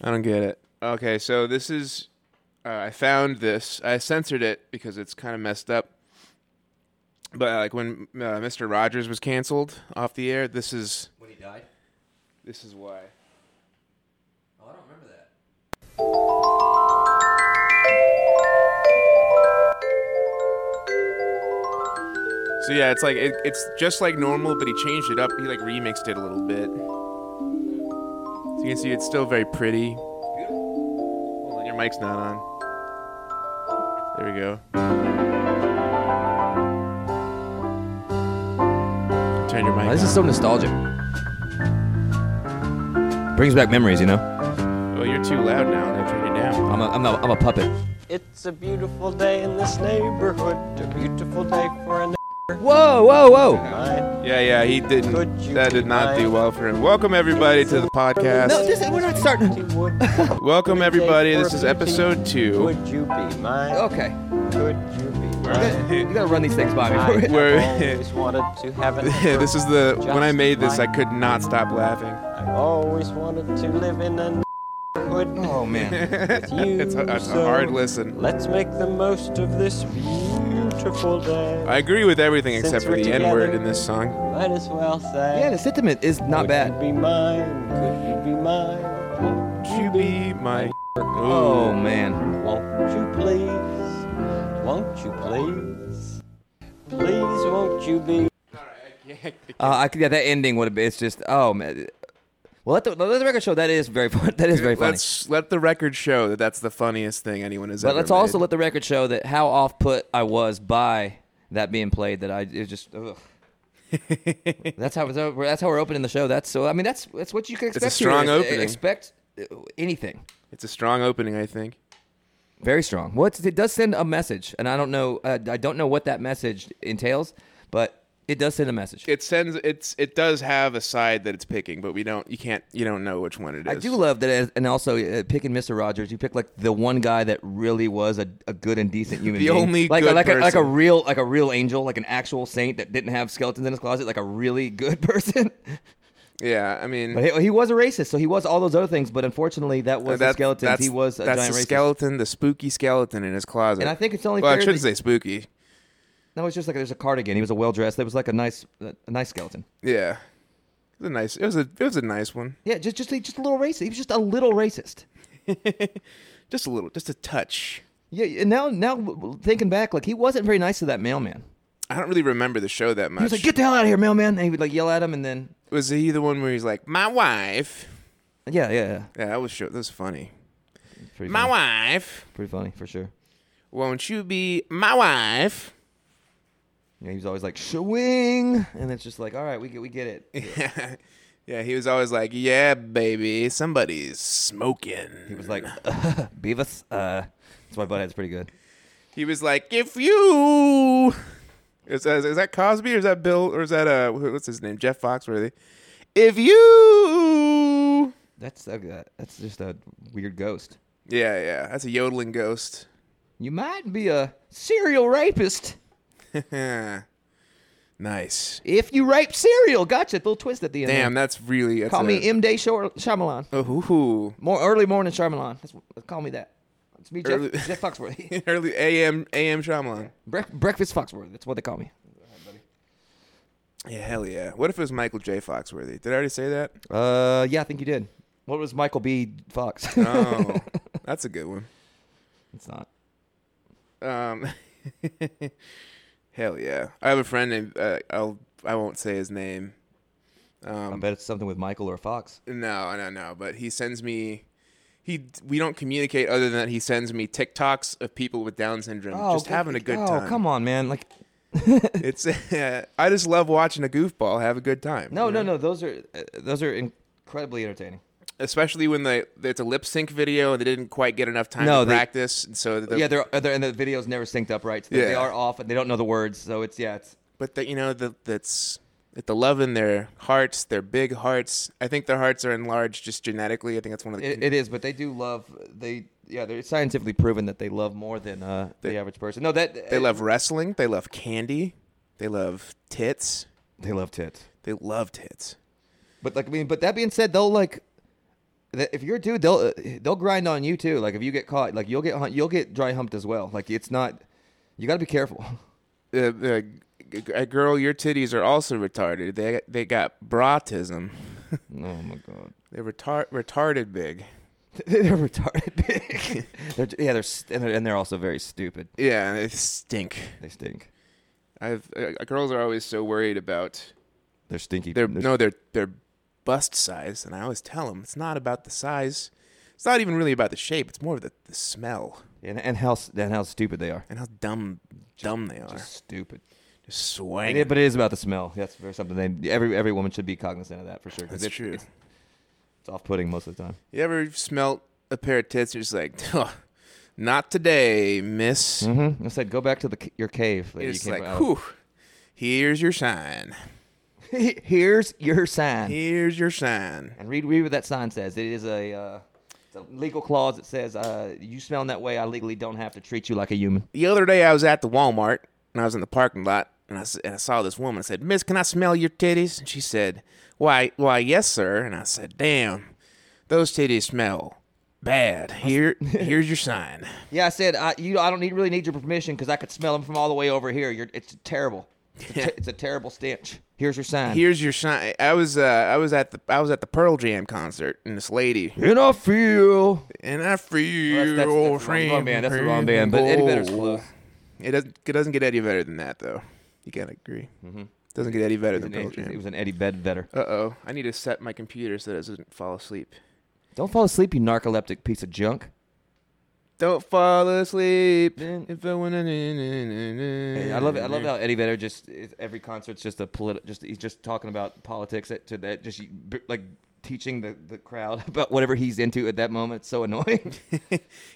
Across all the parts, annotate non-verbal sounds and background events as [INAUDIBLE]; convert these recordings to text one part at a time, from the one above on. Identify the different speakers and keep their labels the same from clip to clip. Speaker 1: I don't get it. Okay, so this is. Uh, I found this. I censored it because it's kind of messed up. But uh, like when uh, Mr. Rogers was canceled off the air, this is
Speaker 2: When he died?
Speaker 1: this is why.
Speaker 2: Oh, I don't remember that.
Speaker 1: So yeah, it's like it, it's just like normal, but he changed it up. He like remixed it a little bit. So you can see it's still very pretty. Hold on, your mic's not on. There we go. Turn your mic.
Speaker 2: this is so nostalgic. Brings back memories, you know?
Speaker 1: on. Oh, you're too loud now. I'm gonna turn you down.
Speaker 2: I'm a, I'm a, I'm a puppet.
Speaker 3: It's a beautiful day in this neighborhood. A beautiful day for a
Speaker 2: Whoa, whoa, whoa.
Speaker 3: night.
Speaker 1: Yeah, yeah, he
Speaker 3: Could
Speaker 1: didn't.
Speaker 3: you
Speaker 1: That did not
Speaker 3: be
Speaker 1: do well for him. Welcome everybody to the podcast.
Speaker 2: No, this, we're not starting.
Speaker 1: [LAUGHS] Welcome everybody. This is episode two.
Speaker 3: Would you be mine?
Speaker 1: Oh.
Speaker 2: Okay.
Speaker 3: Could you be mine?
Speaker 2: You gotta run these things by me.
Speaker 1: [LAUGHS]
Speaker 2: [LAUGHS]
Speaker 3: I
Speaker 1: We're-
Speaker 3: always wanted to
Speaker 1: [LAUGHS]
Speaker 3: have an
Speaker 1: this is the when I made this, I could not stop laughing.
Speaker 3: I always wanted to live in a
Speaker 1: [LAUGHS]
Speaker 3: neighborhood
Speaker 2: Oh, man.
Speaker 3: with you.
Speaker 1: It's a, it's a
Speaker 3: so
Speaker 1: hard listen.
Speaker 3: Let's make the most of this beautiful day.
Speaker 1: I agree with everything except
Speaker 3: Since
Speaker 1: for
Speaker 3: we're
Speaker 1: the N word
Speaker 3: together.
Speaker 1: in this song.
Speaker 3: Might as well say.
Speaker 2: Yeah, the sentiment is not
Speaker 3: Could
Speaker 2: bad.
Speaker 3: you be mine? Could you be mine? Won't
Speaker 1: You be my.
Speaker 2: Oh, man.
Speaker 3: Won't you please? Won't you please? Please, won't you be?
Speaker 2: Uh, I, could- yeah, that ending would have been, it's just, oh, man. Well, let the, let the record show that is very fun. [LAUGHS] That is very funny.
Speaker 1: Let's let the record show that that's the funniest thing anyone has
Speaker 2: But
Speaker 1: ever.
Speaker 2: let's also
Speaker 1: made.
Speaker 2: let the record show that how off put I was by that being played. That I it was just.
Speaker 1: [LAUGHS]
Speaker 2: Ugh. that's how that's how we're opening the show. That's so. I mean, that's that's what you can expect.
Speaker 1: a strong
Speaker 2: here. E-,
Speaker 1: opening.
Speaker 2: Expect uh, anything.
Speaker 1: It's a strong opening, I think.
Speaker 2: Very strong. Well, it's, it does send a message, and I don't know. Uh, I don't know what that message entails, but it does send a message.
Speaker 1: It sends. It's it does have a side that it's picking, but we don't. You can't. You don't know which one it is.
Speaker 2: I do love that, as, and also uh, picking Mister Rogers. You pick like the one guy that really was a, a good and
Speaker 1: [LAUGHS]
Speaker 2: decent human.
Speaker 1: The
Speaker 2: being.
Speaker 1: only
Speaker 2: like
Speaker 1: good
Speaker 2: like a, like a
Speaker 1: person.
Speaker 2: real like a real angel, like an actual saint that didn't have skeletons in his closet, like a really good [LAUGHS] person.
Speaker 1: Yeah, I mean.
Speaker 2: but he, he was a racist, so he was all those other things. But unfortunately, that was the
Speaker 1: that-
Speaker 2: skeletons.
Speaker 1: Uh, that's-
Speaker 2: he was a
Speaker 1: that's
Speaker 2: giant
Speaker 1: the
Speaker 2: racist.
Speaker 1: skeleton, the spooky skeleton in his closet.
Speaker 2: And I think it's only
Speaker 1: Well, I
Speaker 2: fair
Speaker 1: shouldn't
Speaker 2: that-
Speaker 1: say spooky.
Speaker 2: No, it's just like there's a cardigan. He was a well dressed. It was like a nice uh, a nice skeleton.
Speaker 1: Yeah, it was a nice. It was a. It was a nice one.
Speaker 2: Yeah, just just just a little racist. He was just a little racist.
Speaker 1: Just a little. Just a touch.
Speaker 2: Yeah, and now now thinking back, like he wasn't very nice to that mailman.
Speaker 1: I don't really remember the show that much.
Speaker 2: He was like, "Get the hell out of here, mailman!" And he would like yell at him, and then
Speaker 1: Was he the one where he's like, "My wife"?
Speaker 2: yeah, yeah, yeah.
Speaker 1: Yeah, that was sure. That was funny.
Speaker 2: Pretty
Speaker 1: My
Speaker 2: funny.
Speaker 1: wife,
Speaker 2: Pretty funny for sure.
Speaker 1: won't you be my wife? [LAUGHS]
Speaker 2: Yeah, he was always like swing, and it's just like, all right, we get we get it.
Speaker 1: yeah, he was always like, "Yeah, baby, somebody's smoking."
Speaker 2: He was like, [LAUGHS] Beavis. Uh, that's why Butthead's pretty good.
Speaker 1: he was like, "If you." Is that, is that Cosby or is that Bill or is that uh wh- what's his name Jeff Foxworthy? If you
Speaker 2: That's uh, that's just a weird ghost.
Speaker 1: yeah yeah that's a yodeling ghost. [LAUGHS]
Speaker 2: You might be a serial rapist
Speaker 1: nice.
Speaker 2: if you rape serial. Gotcha. Little twist at the end.
Speaker 1: Damn,
Speaker 2: there.
Speaker 1: that's really that's
Speaker 2: Call
Speaker 1: a, Oh,
Speaker 2: me M Day Shor- Shyamalan.
Speaker 1: ooh.
Speaker 2: More early morning Shyamalan. That's, what- call me that. It's me, Jeff,
Speaker 1: Early-
Speaker 2: Jeff Foxworthy.
Speaker 1: [LAUGHS]
Speaker 2: [LAUGHS]
Speaker 1: early AM AM Shyamalan.
Speaker 2: Brec- Breakfast Foxworthy. That's what they call me.
Speaker 1: Yeah, hell yeah. What if it was Michael J. Foxworthy? Did I already
Speaker 2: [LAUGHS]
Speaker 1: say that?
Speaker 2: Uh, yeah, I think you did. What was Michael B. Fox? [LAUGHS]
Speaker 1: Oh, that's a good one.
Speaker 2: it's not.
Speaker 1: Um, [LAUGHS] hell yeah. I have a friend named uh, I'll I won't say his name. Um,
Speaker 2: I bet it's something with Michael or Fox.
Speaker 1: No, no, no. But he sends me. He we don't communicate other than that he sends me TikToks of people with Down syndrome just having a good time.
Speaker 2: Oh, come on, man. Like,
Speaker 1: It's [LAUGHS] I just love watching a goofball have a good time.
Speaker 2: no,
Speaker 1: you
Speaker 2: no,
Speaker 1: know?
Speaker 2: no. Those are uh, those are incredibly entertaining.
Speaker 1: Especially when they it's a lip sync video and they didn't quite get enough time
Speaker 2: No,
Speaker 1: to
Speaker 2: they-
Speaker 1: practice, and so the,
Speaker 2: yeah, they're, uh, they're and the videos never synced up right. So they- they
Speaker 1: Yeah.
Speaker 2: are off, and they don't know the words. So it's yeah, it's
Speaker 1: but the, you know the that's that the love in their hearts, their big hearts. I think their hearts are enlarged just genetically. I think that's one of the
Speaker 2: it, it is. But they do love they yeah they're scientifically proven that they love more than uh, the average person. No, that uh,
Speaker 1: they love wrestling, they love candy, they love tits,
Speaker 2: they love tits.
Speaker 1: they love tits.
Speaker 2: But like I mean, but that being said, though, like th- if you're a dude, they'll uh, they'll grind on you too. Like if you get caught, like you'll get hun- you'll get dry humped as well. Like it's not, you got to be careful. [LAUGHS] Oh,
Speaker 1: Uh, uh, g- g- girl, your titties are also retarded. They they got [LAUGHS] bratism.
Speaker 2: Oh my god,
Speaker 1: They're retar- retarded big.
Speaker 2: [LAUGHS] they're retarded big. [LAUGHS] they're, yeah, they're, st- and they're and they're also very stupid.
Speaker 1: Yeah, they stink.
Speaker 2: They stink.
Speaker 1: I've, uh, girls are always so worried about
Speaker 2: They're stinky.
Speaker 1: their no their their bust size, and I always tell them it's not about the size. It's not even really about the shape. It's more of the, the smell
Speaker 2: and, and how s- and how stupid they are.
Speaker 1: and how dumb dumb they are.
Speaker 2: Just
Speaker 1: Just,
Speaker 2: stupid.
Speaker 1: swang.
Speaker 2: Yeah, but it is about the smell. That's very something they every every woman should be cognizant of that for sure. 'cause
Speaker 1: That's
Speaker 2: it's,
Speaker 1: true.
Speaker 2: It's, it's off-putting most of the time.
Speaker 1: You ever smelt a pair of tits? You're just like, "Huh, not today, miss.
Speaker 2: Mm-hmm. I said, go back to the c- your cave. that you
Speaker 1: It's
Speaker 2: came
Speaker 1: like,
Speaker 2: [LAUGHS] out of.
Speaker 1: whew, here's your sign.
Speaker 2: Here's your sign.
Speaker 1: Here's your sign.
Speaker 2: And read read what that sign says. It is a, uh, it's a legal clause that says uh, you smelling that way, I legally don't have to treat you like a human.
Speaker 1: The other day I was at the Walmart and I was in the parking lot and I, s- and I saw this woman. I said, Miss, can I smell your titties? And she said, Why, why, yes, sir. And I said, Damn, those titties smell bad.
Speaker 2: [LAUGHS]
Speaker 1: Here, here's your sign.
Speaker 2: Yeah, I said I you I don't need really need your permission because I could smell them from all the way over here. You're it's terrible. It's, a ter- it's a terrible stench. Here's your sign.
Speaker 1: Here's your sign. I was, uh, I was at the, I was at the Pearl Jam concert and this lady
Speaker 2: And I feel.
Speaker 1: and I feel
Speaker 2: That's, that's, that's the wrong, wrong band. That's the wrong band. But Eddie Vedder's close.
Speaker 1: It doesn't, it doesn't get any better than that though. You gotta agree. Mm-hmm. Doesn't get any better than Pearl Jam.
Speaker 2: It was an Eddie Vedder.
Speaker 1: Uh oh. I need to set my computer so that it doesn't fall asleep.
Speaker 2: Don't fall asleep, you narcoleptic piece of junk.
Speaker 1: Don't fall asleep.
Speaker 2: Dun.
Speaker 1: If I wanna.
Speaker 2: Hey, I love it. I love how Eddie Vedder just it- every concert's just a politi- just he's just talking about politics at- to that just b- like teaching the, the crowd [LAUGHS] about whatever he's into at that moment. It's so annoying.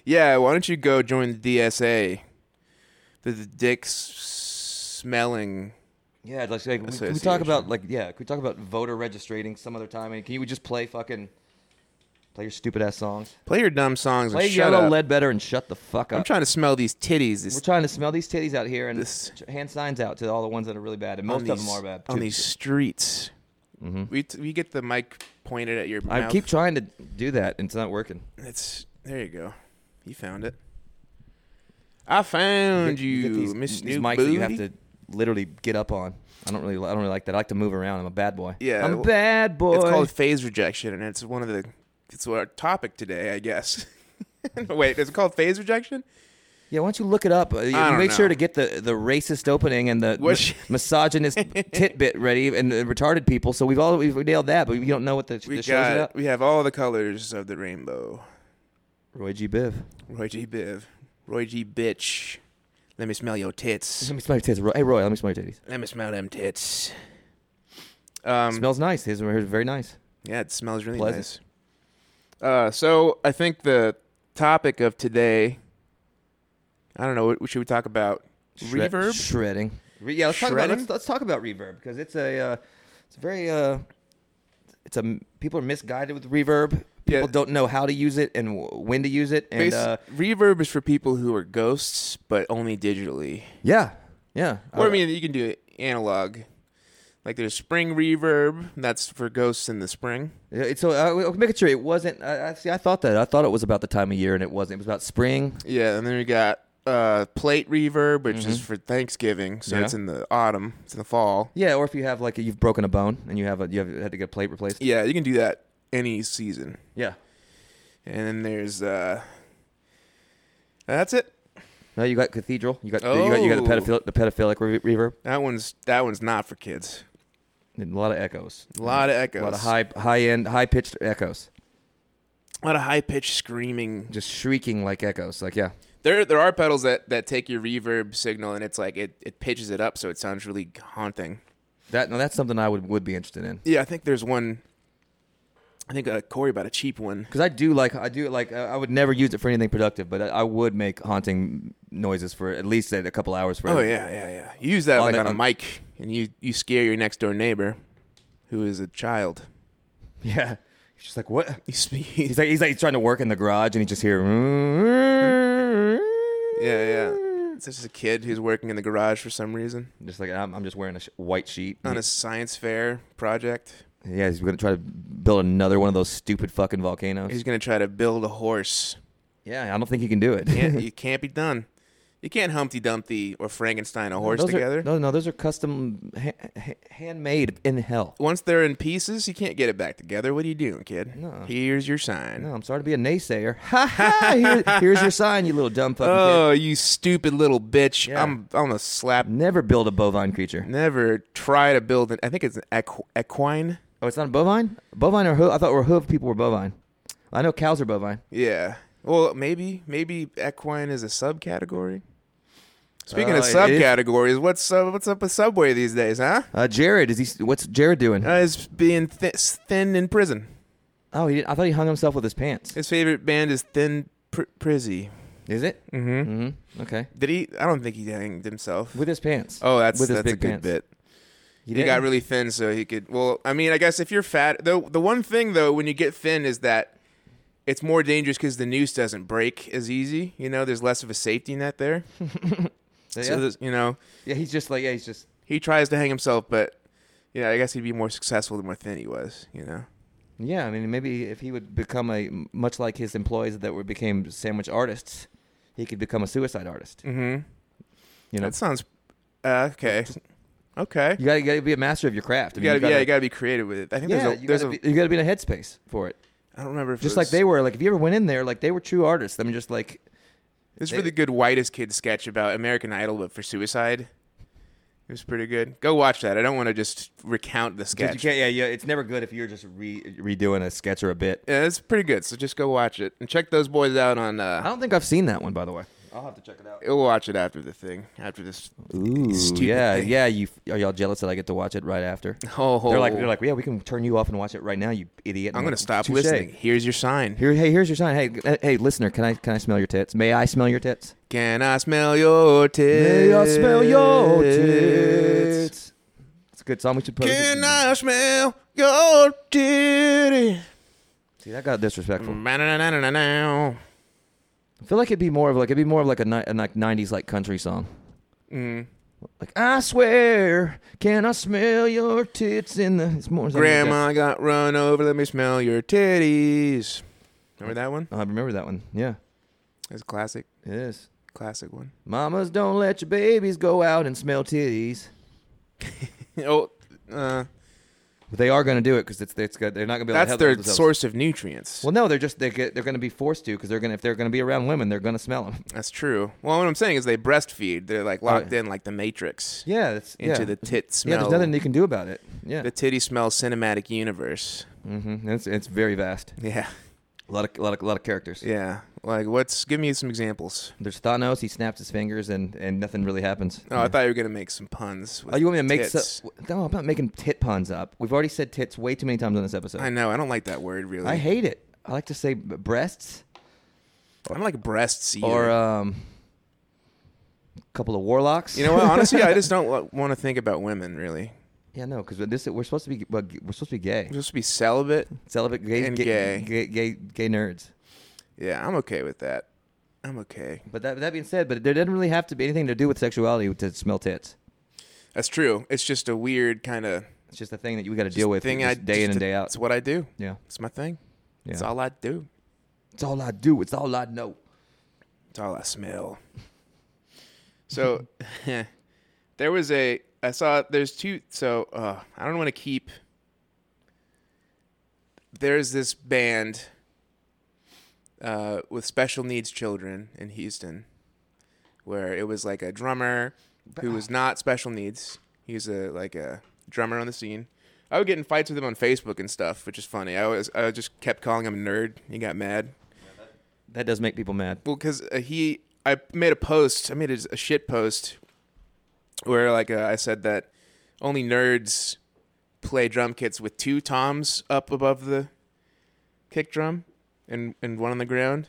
Speaker 1: Yeah, why don't you go join the DSA? The, the dick s- smelling.
Speaker 2: yeah, it's like, like, we, can we talk
Speaker 1: Association.
Speaker 2: about like yeah, can we talk about voter registering some other time? And can you just play fucking play your stupid ass songs?
Speaker 1: Play your dumb songs
Speaker 2: Play
Speaker 1: and shut
Speaker 2: Yellow
Speaker 1: up.
Speaker 2: Lead better and shut the fuck up.
Speaker 1: I'm trying to smell these titties. This,
Speaker 2: We're trying to smell these titties out here and
Speaker 1: This-
Speaker 2: hand signs out to all the ones that are really bad, and
Speaker 1: on
Speaker 2: most of
Speaker 1: these-
Speaker 2: them are bad. too.
Speaker 1: On
Speaker 2: Mm-hmm.
Speaker 1: these streets. We, t- we get the mic pointed at your
Speaker 2: I
Speaker 1: mouth.
Speaker 2: keep trying to do that, and it's not working.
Speaker 1: It's there. You go. You found it. I found you,
Speaker 2: get these,
Speaker 1: Miss
Speaker 2: these
Speaker 1: Snoop
Speaker 2: mics
Speaker 1: Booty.
Speaker 2: that you have to literally get up on. I don't really, I don't really like that. I like to move around. I'm a bad boy.
Speaker 1: Yeah,
Speaker 2: I'm a
Speaker 1: well,
Speaker 2: bad boy.
Speaker 1: It's called phase rejection, and it's one of the. It's our topic today, I guess. [LAUGHS] Wait, is it called phase rejection?
Speaker 2: yeah, why don't you look it up? Uh,
Speaker 1: don't
Speaker 2: Make sure
Speaker 1: know.
Speaker 2: to get the, the racist opening and the
Speaker 1: What
Speaker 2: mis-
Speaker 1: sh- [LAUGHS]
Speaker 2: misogynist titbit ready and the retarded people. So we've all we've nailed that, but we don't know what the,
Speaker 1: We
Speaker 2: the show's
Speaker 1: got.
Speaker 2: about.
Speaker 1: We have all the colors of the rainbow.
Speaker 2: Roy G. Biv.
Speaker 1: Roy G. Biv. Roy G. Bitch. Let me smell your tits.
Speaker 2: Let me smell your titties. Roy- Hey Roy, let me smell your titties.
Speaker 1: Let me smell them tits. Um,
Speaker 2: Smells nice. His are very nice.
Speaker 1: Yeah, it smells really
Speaker 2: Pleasant.
Speaker 1: nice. Uh, so I think the topic of today, I don't know, what should we talk about?
Speaker 2: Shred-
Speaker 1: Reverb?
Speaker 2: shredding. Re- yeah, let's talk, about,
Speaker 1: Shredding?
Speaker 2: let's, let's talk about reverb because it's a uh, it's a very uh, it's a people are misguided with reverb. People
Speaker 1: Yeah.
Speaker 2: don't know how to use it and w- when to use it, and
Speaker 1: Bas-
Speaker 2: uh,
Speaker 1: reverb is for people who are ghosts, but only digitally.
Speaker 2: yeah, yeah.
Speaker 1: Or I
Speaker 2: Uh,
Speaker 1: mean, you can do it analog. Like there's spring reverb, that's for ghosts in the spring.
Speaker 2: yeah, it's- so uh, we- making sure it wasn't. I I- see, I thought that I thought it was about the time of year, and it wasn't. It was about spring.
Speaker 1: Yeah, and then we got uh, plate reverb, which is for Thanksgiving, so
Speaker 2: Mm-hmm. Yeah.
Speaker 1: it's in the autumn, it's in the fall.
Speaker 2: Yeah, or if you have like you've broken a bone and you have a, you have had to get a plate replaced.
Speaker 1: Yeah, you can do that any season.
Speaker 2: Yeah.
Speaker 1: And then there's uh, that's it.
Speaker 2: No, you got cathedral. You got you got you got the
Speaker 1: Oh.
Speaker 2: pedophilic the pedophilic re- reverb.
Speaker 1: That one's that one's not for kids.
Speaker 2: And a lot of echoes.
Speaker 1: A lot of echoes.
Speaker 2: A lot of Mm. high high end high pitched echoes.
Speaker 1: A lot of high pitched screaming.
Speaker 2: just shrieking like echoes. Like, yeah,
Speaker 1: There there are pedals that, that take your reverb signal and it's like it, it pitches it up so it sounds really haunting.
Speaker 2: that no, that's something I would, would be interested in
Speaker 1: Yeah, I think there's one. I think uh, Corey bought a cheap one.
Speaker 2: because I do like I do like I I would never use it for anything productive, but I, I would make haunting noises for at least a couple hours for.
Speaker 1: Oh yeah, yeah, yeah. You use that
Speaker 2: On
Speaker 1: like
Speaker 2: the-
Speaker 1: on a
Speaker 2: on-
Speaker 1: mic and you you scare your next door neighbor, who is a child.
Speaker 2: [LAUGHS] yeah. He's just like what?
Speaker 1: You speak.
Speaker 2: He's like he's like he's trying to work in the garage and he just hear. "Mm-hmm."
Speaker 1: Yeah, yeah. It's [LAUGHS] just a kid who's working in the garage for some reason
Speaker 2: Just like I'm, I'm just wearing a sh- white sheet.
Speaker 1: on a science fair project.
Speaker 2: Yeah, he's gonna try to build another one of those stupid fucking volcanoes.
Speaker 1: He's gonna try to build a
Speaker 2: [LAUGHS]
Speaker 1: horse.
Speaker 2: yeah, I don't think he can do it. [LAUGHS]
Speaker 1: Can't, it can't be done. You can't Humpty Dumpty or Frankenstein a horse
Speaker 2: Those are-
Speaker 1: together.
Speaker 2: no, no, those are custom, ha- ha- handmade in hell.
Speaker 1: Once they're in pieces, you can't get it back together. What are you doing, kid?
Speaker 2: No.
Speaker 1: Here's your sign.
Speaker 2: No, I'm sorry to be a naysayer. [LAUGHS] Ha ha! Here, here's your sign, you little dumb fucking
Speaker 1: Oh, you stupid little bitch!
Speaker 2: Yeah.
Speaker 1: I'm I'm gonna slap.
Speaker 2: kid. Never build a bovine creature.
Speaker 1: Never try to build an. I think it's an equ- equine.
Speaker 2: Oh, it's not a bovine? Bovine or hoof? I thought were hoof people were bovine. I know cows are bovine.
Speaker 1: Yeah. Well, maybe maybe equine is a subcategory. Speaking of
Speaker 2: Uh, it is-
Speaker 1: subcategories, what's sub, what's up with Subway these days, huh?
Speaker 2: Uh, Jared, is he? s- What's Jared doing?
Speaker 1: Uh, is being th- thin in prison.
Speaker 2: oh, he did, I thought he hung himself with his pants.
Speaker 1: His favorite band is Thin Pr- Prizzy.
Speaker 2: Is it?
Speaker 1: Mm-hmm.
Speaker 2: Mm-hmm. Okay.
Speaker 1: Did he? I don't think he hanged himself.
Speaker 2: With his pants.
Speaker 1: Oh, that's
Speaker 2: with his
Speaker 1: that's a
Speaker 2: big
Speaker 1: good
Speaker 2: pants.
Speaker 1: bit.
Speaker 2: He,
Speaker 1: He got
Speaker 2: didn't?
Speaker 1: really thin, so he could. Well, I mean, I guess if you're fat, the the one thing though, when you get thin, is that it's more dangerous because the noose doesn't break as easy. You know, there's less of a safety net there.
Speaker 2: [LAUGHS]
Speaker 1: So
Speaker 2: Yeah.
Speaker 1: there's- you know,
Speaker 2: yeah, he's just like yeah, he's just
Speaker 1: he tries to hang himself, but yeah, I guess he'd be more successful the more thin he was. You know,
Speaker 2: yeah. I mean, maybe if he would become a much like his employees that were became sandwich artists, he could become a suicide artist.
Speaker 1: mm-hmm.
Speaker 2: You know,
Speaker 1: that sounds
Speaker 2: [LAUGHS]
Speaker 1: uh, okay. Okay,
Speaker 2: you gotta, you gotta be a master of your craft. I
Speaker 1: you
Speaker 2: mean,
Speaker 1: gotta, yeah, you gotta be creative with it. I think
Speaker 2: yeah,
Speaker 1: there's a,
Speaker 2: you,
Speaker 1: there's
Speaker 2: gotta
Speaker 1: a
Speaker 2: be, you gotta be in a headspace for it.
Speaker 1: I don't remember if
Speaker 2: Just like they were. Like if you ever went in there, like they were true artists. I mean, just like
Speaker 1: This
Speaker 2: They-
Speaker 1: really good whitest kid sketch about American Idol, but for suicide. It was pretty good. Go watch that. I don't want to just recount the
Speaker 2: 'Cause
Speaker 1: sketch.
Speaker 2: You can't, yeah, yeah. It's never good if you're just re- redoing a sketch or a bit.
Speaker 1: Yeah, it's pretty good. So just go watch it and check those boys out on.
Speaker 2: I
Speaker 1: uh
Speaker 2: don't think I've seen that one, by the way. I'll have to check it out.
Speaker 1: We'll watch it after the thing. After this. [LAUGHS]
Speaker 2: Ooh,
Speaker 1: Stupid
Speaker 2: yeah,
Speaker 1: thing.
Speaker 2: yeah. You are y'all jealous that I get to watch it right after?
Speaker 1: Oh,
Speaker 2: They're like, they're like, yeah, we can turn you off and watch it right now, you idiot.
Speaker 1: I'm
Speaker 2: And
Speaker 1: gonna
Speaker 2: like,
Speaker 1: stop
Speaker 2: touche.
Speaker 1: listening. Here's your sign.
Speaker 2: Here, hey, here's your sign. Hey, g- hey, listener, can I can I smell your tits? May I smell your tits?
Speaker 1: Can I smell your tits?
Speaker 2: It's a good song. We should put.
Speaker 1: Can I smell your titty?
Speaker 2: See, that got disrespectful.
Speaker 1: Mm.
Speaker 2: I feel like it'd be more of like it'd be more of like a, ni- a like '90s like country song.
Speaker 1: Mm.
Speaker 2: Like I swear, can I smell your tits in the it's more something like
Speaker 1: Grandma got run over. Let me smell your titties. Remember that one?
Speaker 2: that. I remember that one. Yeah,
Speaker 1: It's a classic,
Speaker 2: it is.
Speaker 1: classic one. [LAUGHS]
Speaker 2: Mamas don't let your babies go out and smell titties,
Speaker 1: oh, uh,
Speaker 2: but they are gonna do it because it's it's good. They're not gonna be. Able to
Speaker 1: that's
Speaker 2: help
Speaker 1: their
Speaker 2: themselves.
Speaker 1: source of nutrients.
Speaker 2: Well, no, they're just they get, they're gonna be forced to because they're gonna if they're gonna be around women, they're gonna smell
Speaker 1: [LAUGHS]
Speaker 2: them.
Speaker 1: That's true. Well, what I'm saying is they breastfeed. They're like locked in, like the Matrix,
Speaker 2: Yeah, it's
Speaker 1: into
Speaker 2: Oh, yeah.
Speaker 1: the tit
Speaker 2: yeah.
Speaker 1: smell.
Speaker 2: There's nothing you can do about it. Yeah,
Speaker 1: the titty smell cinematic universe.
Speaker 2: mm-hmm. it's it's very vast.
Speaker 1: Yeah,
Speaker 2: A lot of a lot of a lot of characters.
Speaker 1: yeah. Like, what's? Give me some examples.
Speaker 2: There's Thanos. He snaps his fingers and and nothing really happens.
Speaker 1: Oh, I thought you were gonna make some puns. with
Speaker 2: Oh, you want me to make?
Speaker 1: tits.
Speaker 2: So, no, I'm not making tit puns up. We've already said tits way too many times on this episode.
Speaker 1: I know. I don't like that word really.
Speaker 2: I hate it. I like to say b- breasts
Speaker 1: I don't like breasts either.
Speaker 2: or um, couple of warlocks.
Speaker 1: you know what?
Speaker 2: [LAUGHS]
Speaker 1: Honestly, I just don't want to think about women really.
Speaker 2: yeah, no, because this we're supposed to be well, g- we're supposed to be gay,
Speaker 1: I'm supposed to be celibate.
Speaker 2: celibate, gays,
Speaker 1: And
Speaker 2: gay,
Speaker 1: gay.
Speaker 2: gay, gay, gay nerds.
Speaker 1: Yeah, I'm okay with that. I'm okay.
Speaker 2: But that that being said, but there doesn't really have to be anything to do with sexuality to smell tits.
Speaker 1: That's true. It's just a weird kind of
Speaker 2: It's just a thing that you got to deal with
Speaker 1: thing.
Speaker 2: just
Speaker 1: I
Speaker 2: day in
Speaker 1: just-
Speaker 2: and day out.
Speaker 1: It's what I do.
Speaker 2: Yeah,
Speaker 1: It's my thing.
Speaker 2: yeah.
Speaker 1: It's all I do.
Speaker 2: it's all I do. It's all I know.
Speaker 1: It's all I smell. So [LAUGHS] there was a I saw there's two so uh I don't want to keep there's this band uh with special needs children in Houston where it was like a drummer who was not special needs. He was a like a drummer on the scene. I would get in fights with him on Facebook and stuff, which is funny. I was I just kept calling him a nerd. He got mad.
Speaker 2: That does make people mad.
Speaker 1: Well, because uh, he, I made a post. I made a, a shit post where, like, uh, I said that only nerds play drum kits with two toms up above the kick drum and and one on the ground.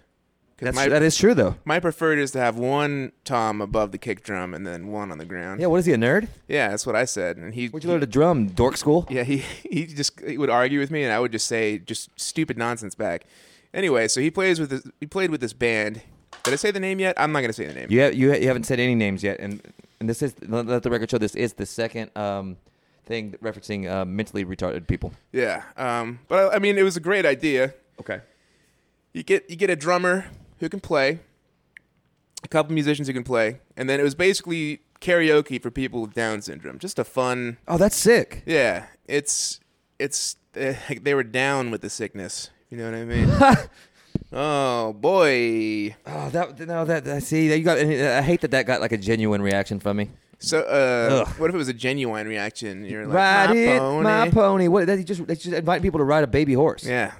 Speaker 1: 'Cause
Speaker 2: That's,
Speaker 1: my
Speaker 2: that is true though.
Speaker 1: my preferred is to have one tom above the kick drum and then one on the ground.
Speaker 2: Yeah, what is he a nerd?
Speaker 1: Yeah, that's what I said. And he,
Speaker 2: Where'd you learn to drum? Dork school.
Speaker 1: yeah, he [LAUGHS] he just he would argue with me, and I would just say just stupid nonsense back. Anyway, so he plays with this, he played with this band. Did I say the name yet? I'm not gonna say the name.
Speaker 2: You ha- you ha- you haven't said any names yet, and and this is let let the record show this is the second um thing referencing uh, mentally retarded people.
Speaker 1: Yeah. Um, but I, I mean, it was a great idea.
Speaker 2: Okay.
Speaker 1: you get you get a drummer who can play, a couple musicians who can play, and then it was basically karaoke for people with Down syndrome. Just a fun,
Speaker 2: Oh, that's sick.
Speaker 1: yeah. It's it's eh, they were down with the sickness. You know what I mean?
Speaker 2: [LAUGHS]
Speaker 1: oh boy.
Speaker 2: Oh, that no, that, that see, that you got. I hate that that got like a genuine reaction from me.
Speaker 1: So uh,
Speaker 2: Ugh.
Speaker 1: what if it was a genuine reaction? You're like
Speaker 2: ride
Speaker 1: my
Speaker 2: it,
Speaker 1: pony.
Speaker 2: my pony. What? That, you just that's just inviting people to ride a baby horse.
Speaker 1: yeah.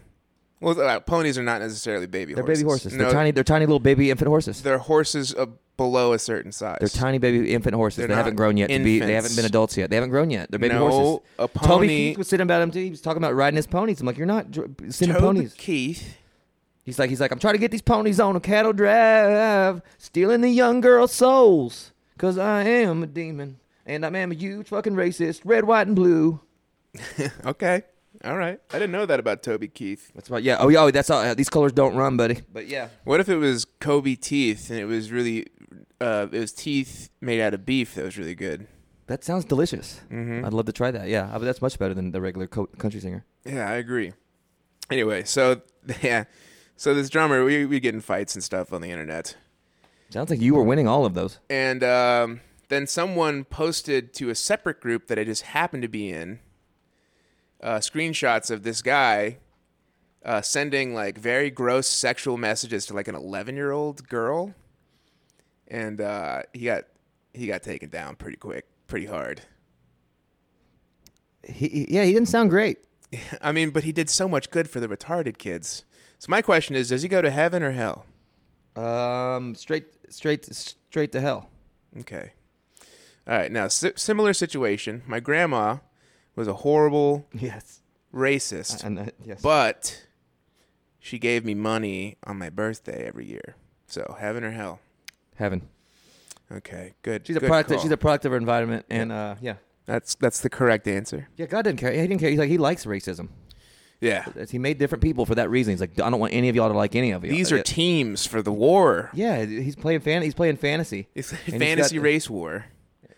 Speaker 1: Well, uh, ponies are not necessarily baby
Speaker 2: they're
Speaker 1: horses.
Speaker 2: baby horses.
Speaker 1: No,
Speaker 2: They're tiny. They're tiny little baby infant horses.
Speaker 1: They're horses uh, below a certain size.
Speaker 2: They're tiny baby infant horses.
Speaker 1: They're
Speaker 2: they haven't
Speaker 1: not
Speaker 2: grown yet. To be, they
Speaker 1: infants.
Speaker 2: haven't been adults yet. They haven't grown yet. They're baby
Speaker 1: No,
Speaker 2: horses.
Speaker 1: a
Speaker 2: Toby
Speaker 1: pony-
Speaker 2: Keith was sitting about him too. He was talking about riding his ponies. I'm like, you're not dr- sending
Speaker 1: Toby
Speaker 2: ponies.
Speaker 1: Keith.
Speaker 2: He's like, he's like, I'm trying to get these ponies on a cattle drive, stealing the young girl's souls, cause I am a demon and I am a huge fucking racist, red, white, and blue.
Speaker 1: [LAUGHS] Okay. All right. I didn't know that about Toby Keith.
Speaker 2: That's right. Yeah. Oh, yeah. Oh, that's all. these colors don't run, buddy. But yeah.
Speaker 1: What if it was Kobe teeth and it was really, uh, it was teeth made out of beef that was really good?
Speaker 2: That sounds delicious. Mm-hmm. I'd love to try that. Yeah, but that's much better than the regular co- country singer.
Speaker 1: Yeah, I agree. Anyway, so [LAUGHS] yeah, so this drummer, we we get in fights and stuff on the internet,
Speaker 2: Sounds like you were winning all of those.
Speaker 1: and um, then someone posted to a separate group that I just happened to be in, uh, screenshots of this guy. Uh, sending like very gross sexual messages to like an 11 year old girl and uh, he got he got taken down pretty quick pretty hard [LAUGHS]
Speaker 2: He, he- yeah, he didn't sound great.
Speaker 1: I mean, but he did so much good for the retarded kids. So my question is, does he go to heaven or hell?
Speaker 2: Um, straight, straight, straight to hell.
Speaker 1: Okay. All right. Now, si- similar situation. My grandma was a horrible
Speaker 2: Yes.
Speaker 1: racist,
Speaker 2: And uh, yes.
Speaker 1: but she gave me money on my birthday every year. So heaven or hell?
Speaker 2: Heaven.
Speaker 1: Okay. Good.
Speaker 2: She's a
Speaker 1: good
Speaker 2: product.
Speaker 1: call.
Speaker 2: She's a product of her environment, and uh, yeah,
Speaker 1: That's that's the correct answer.
Speaker 2: yeah. God didn't care. He didn't care. He's like he likes racism.
Speaker 1: Yeah.
Speaker 2: That's- He made different people for that reason. He's like, I don't want any of y'all to like any of you.
Speaker 1: These are teams for the war.
Speaker 2: yeah, he's playing fan. He's playing fantasy.
Speaker 1: It's a
Speaker 2: he's
Speaker 1: fantasy
Speaker 2: got-
Speaker 1: race war.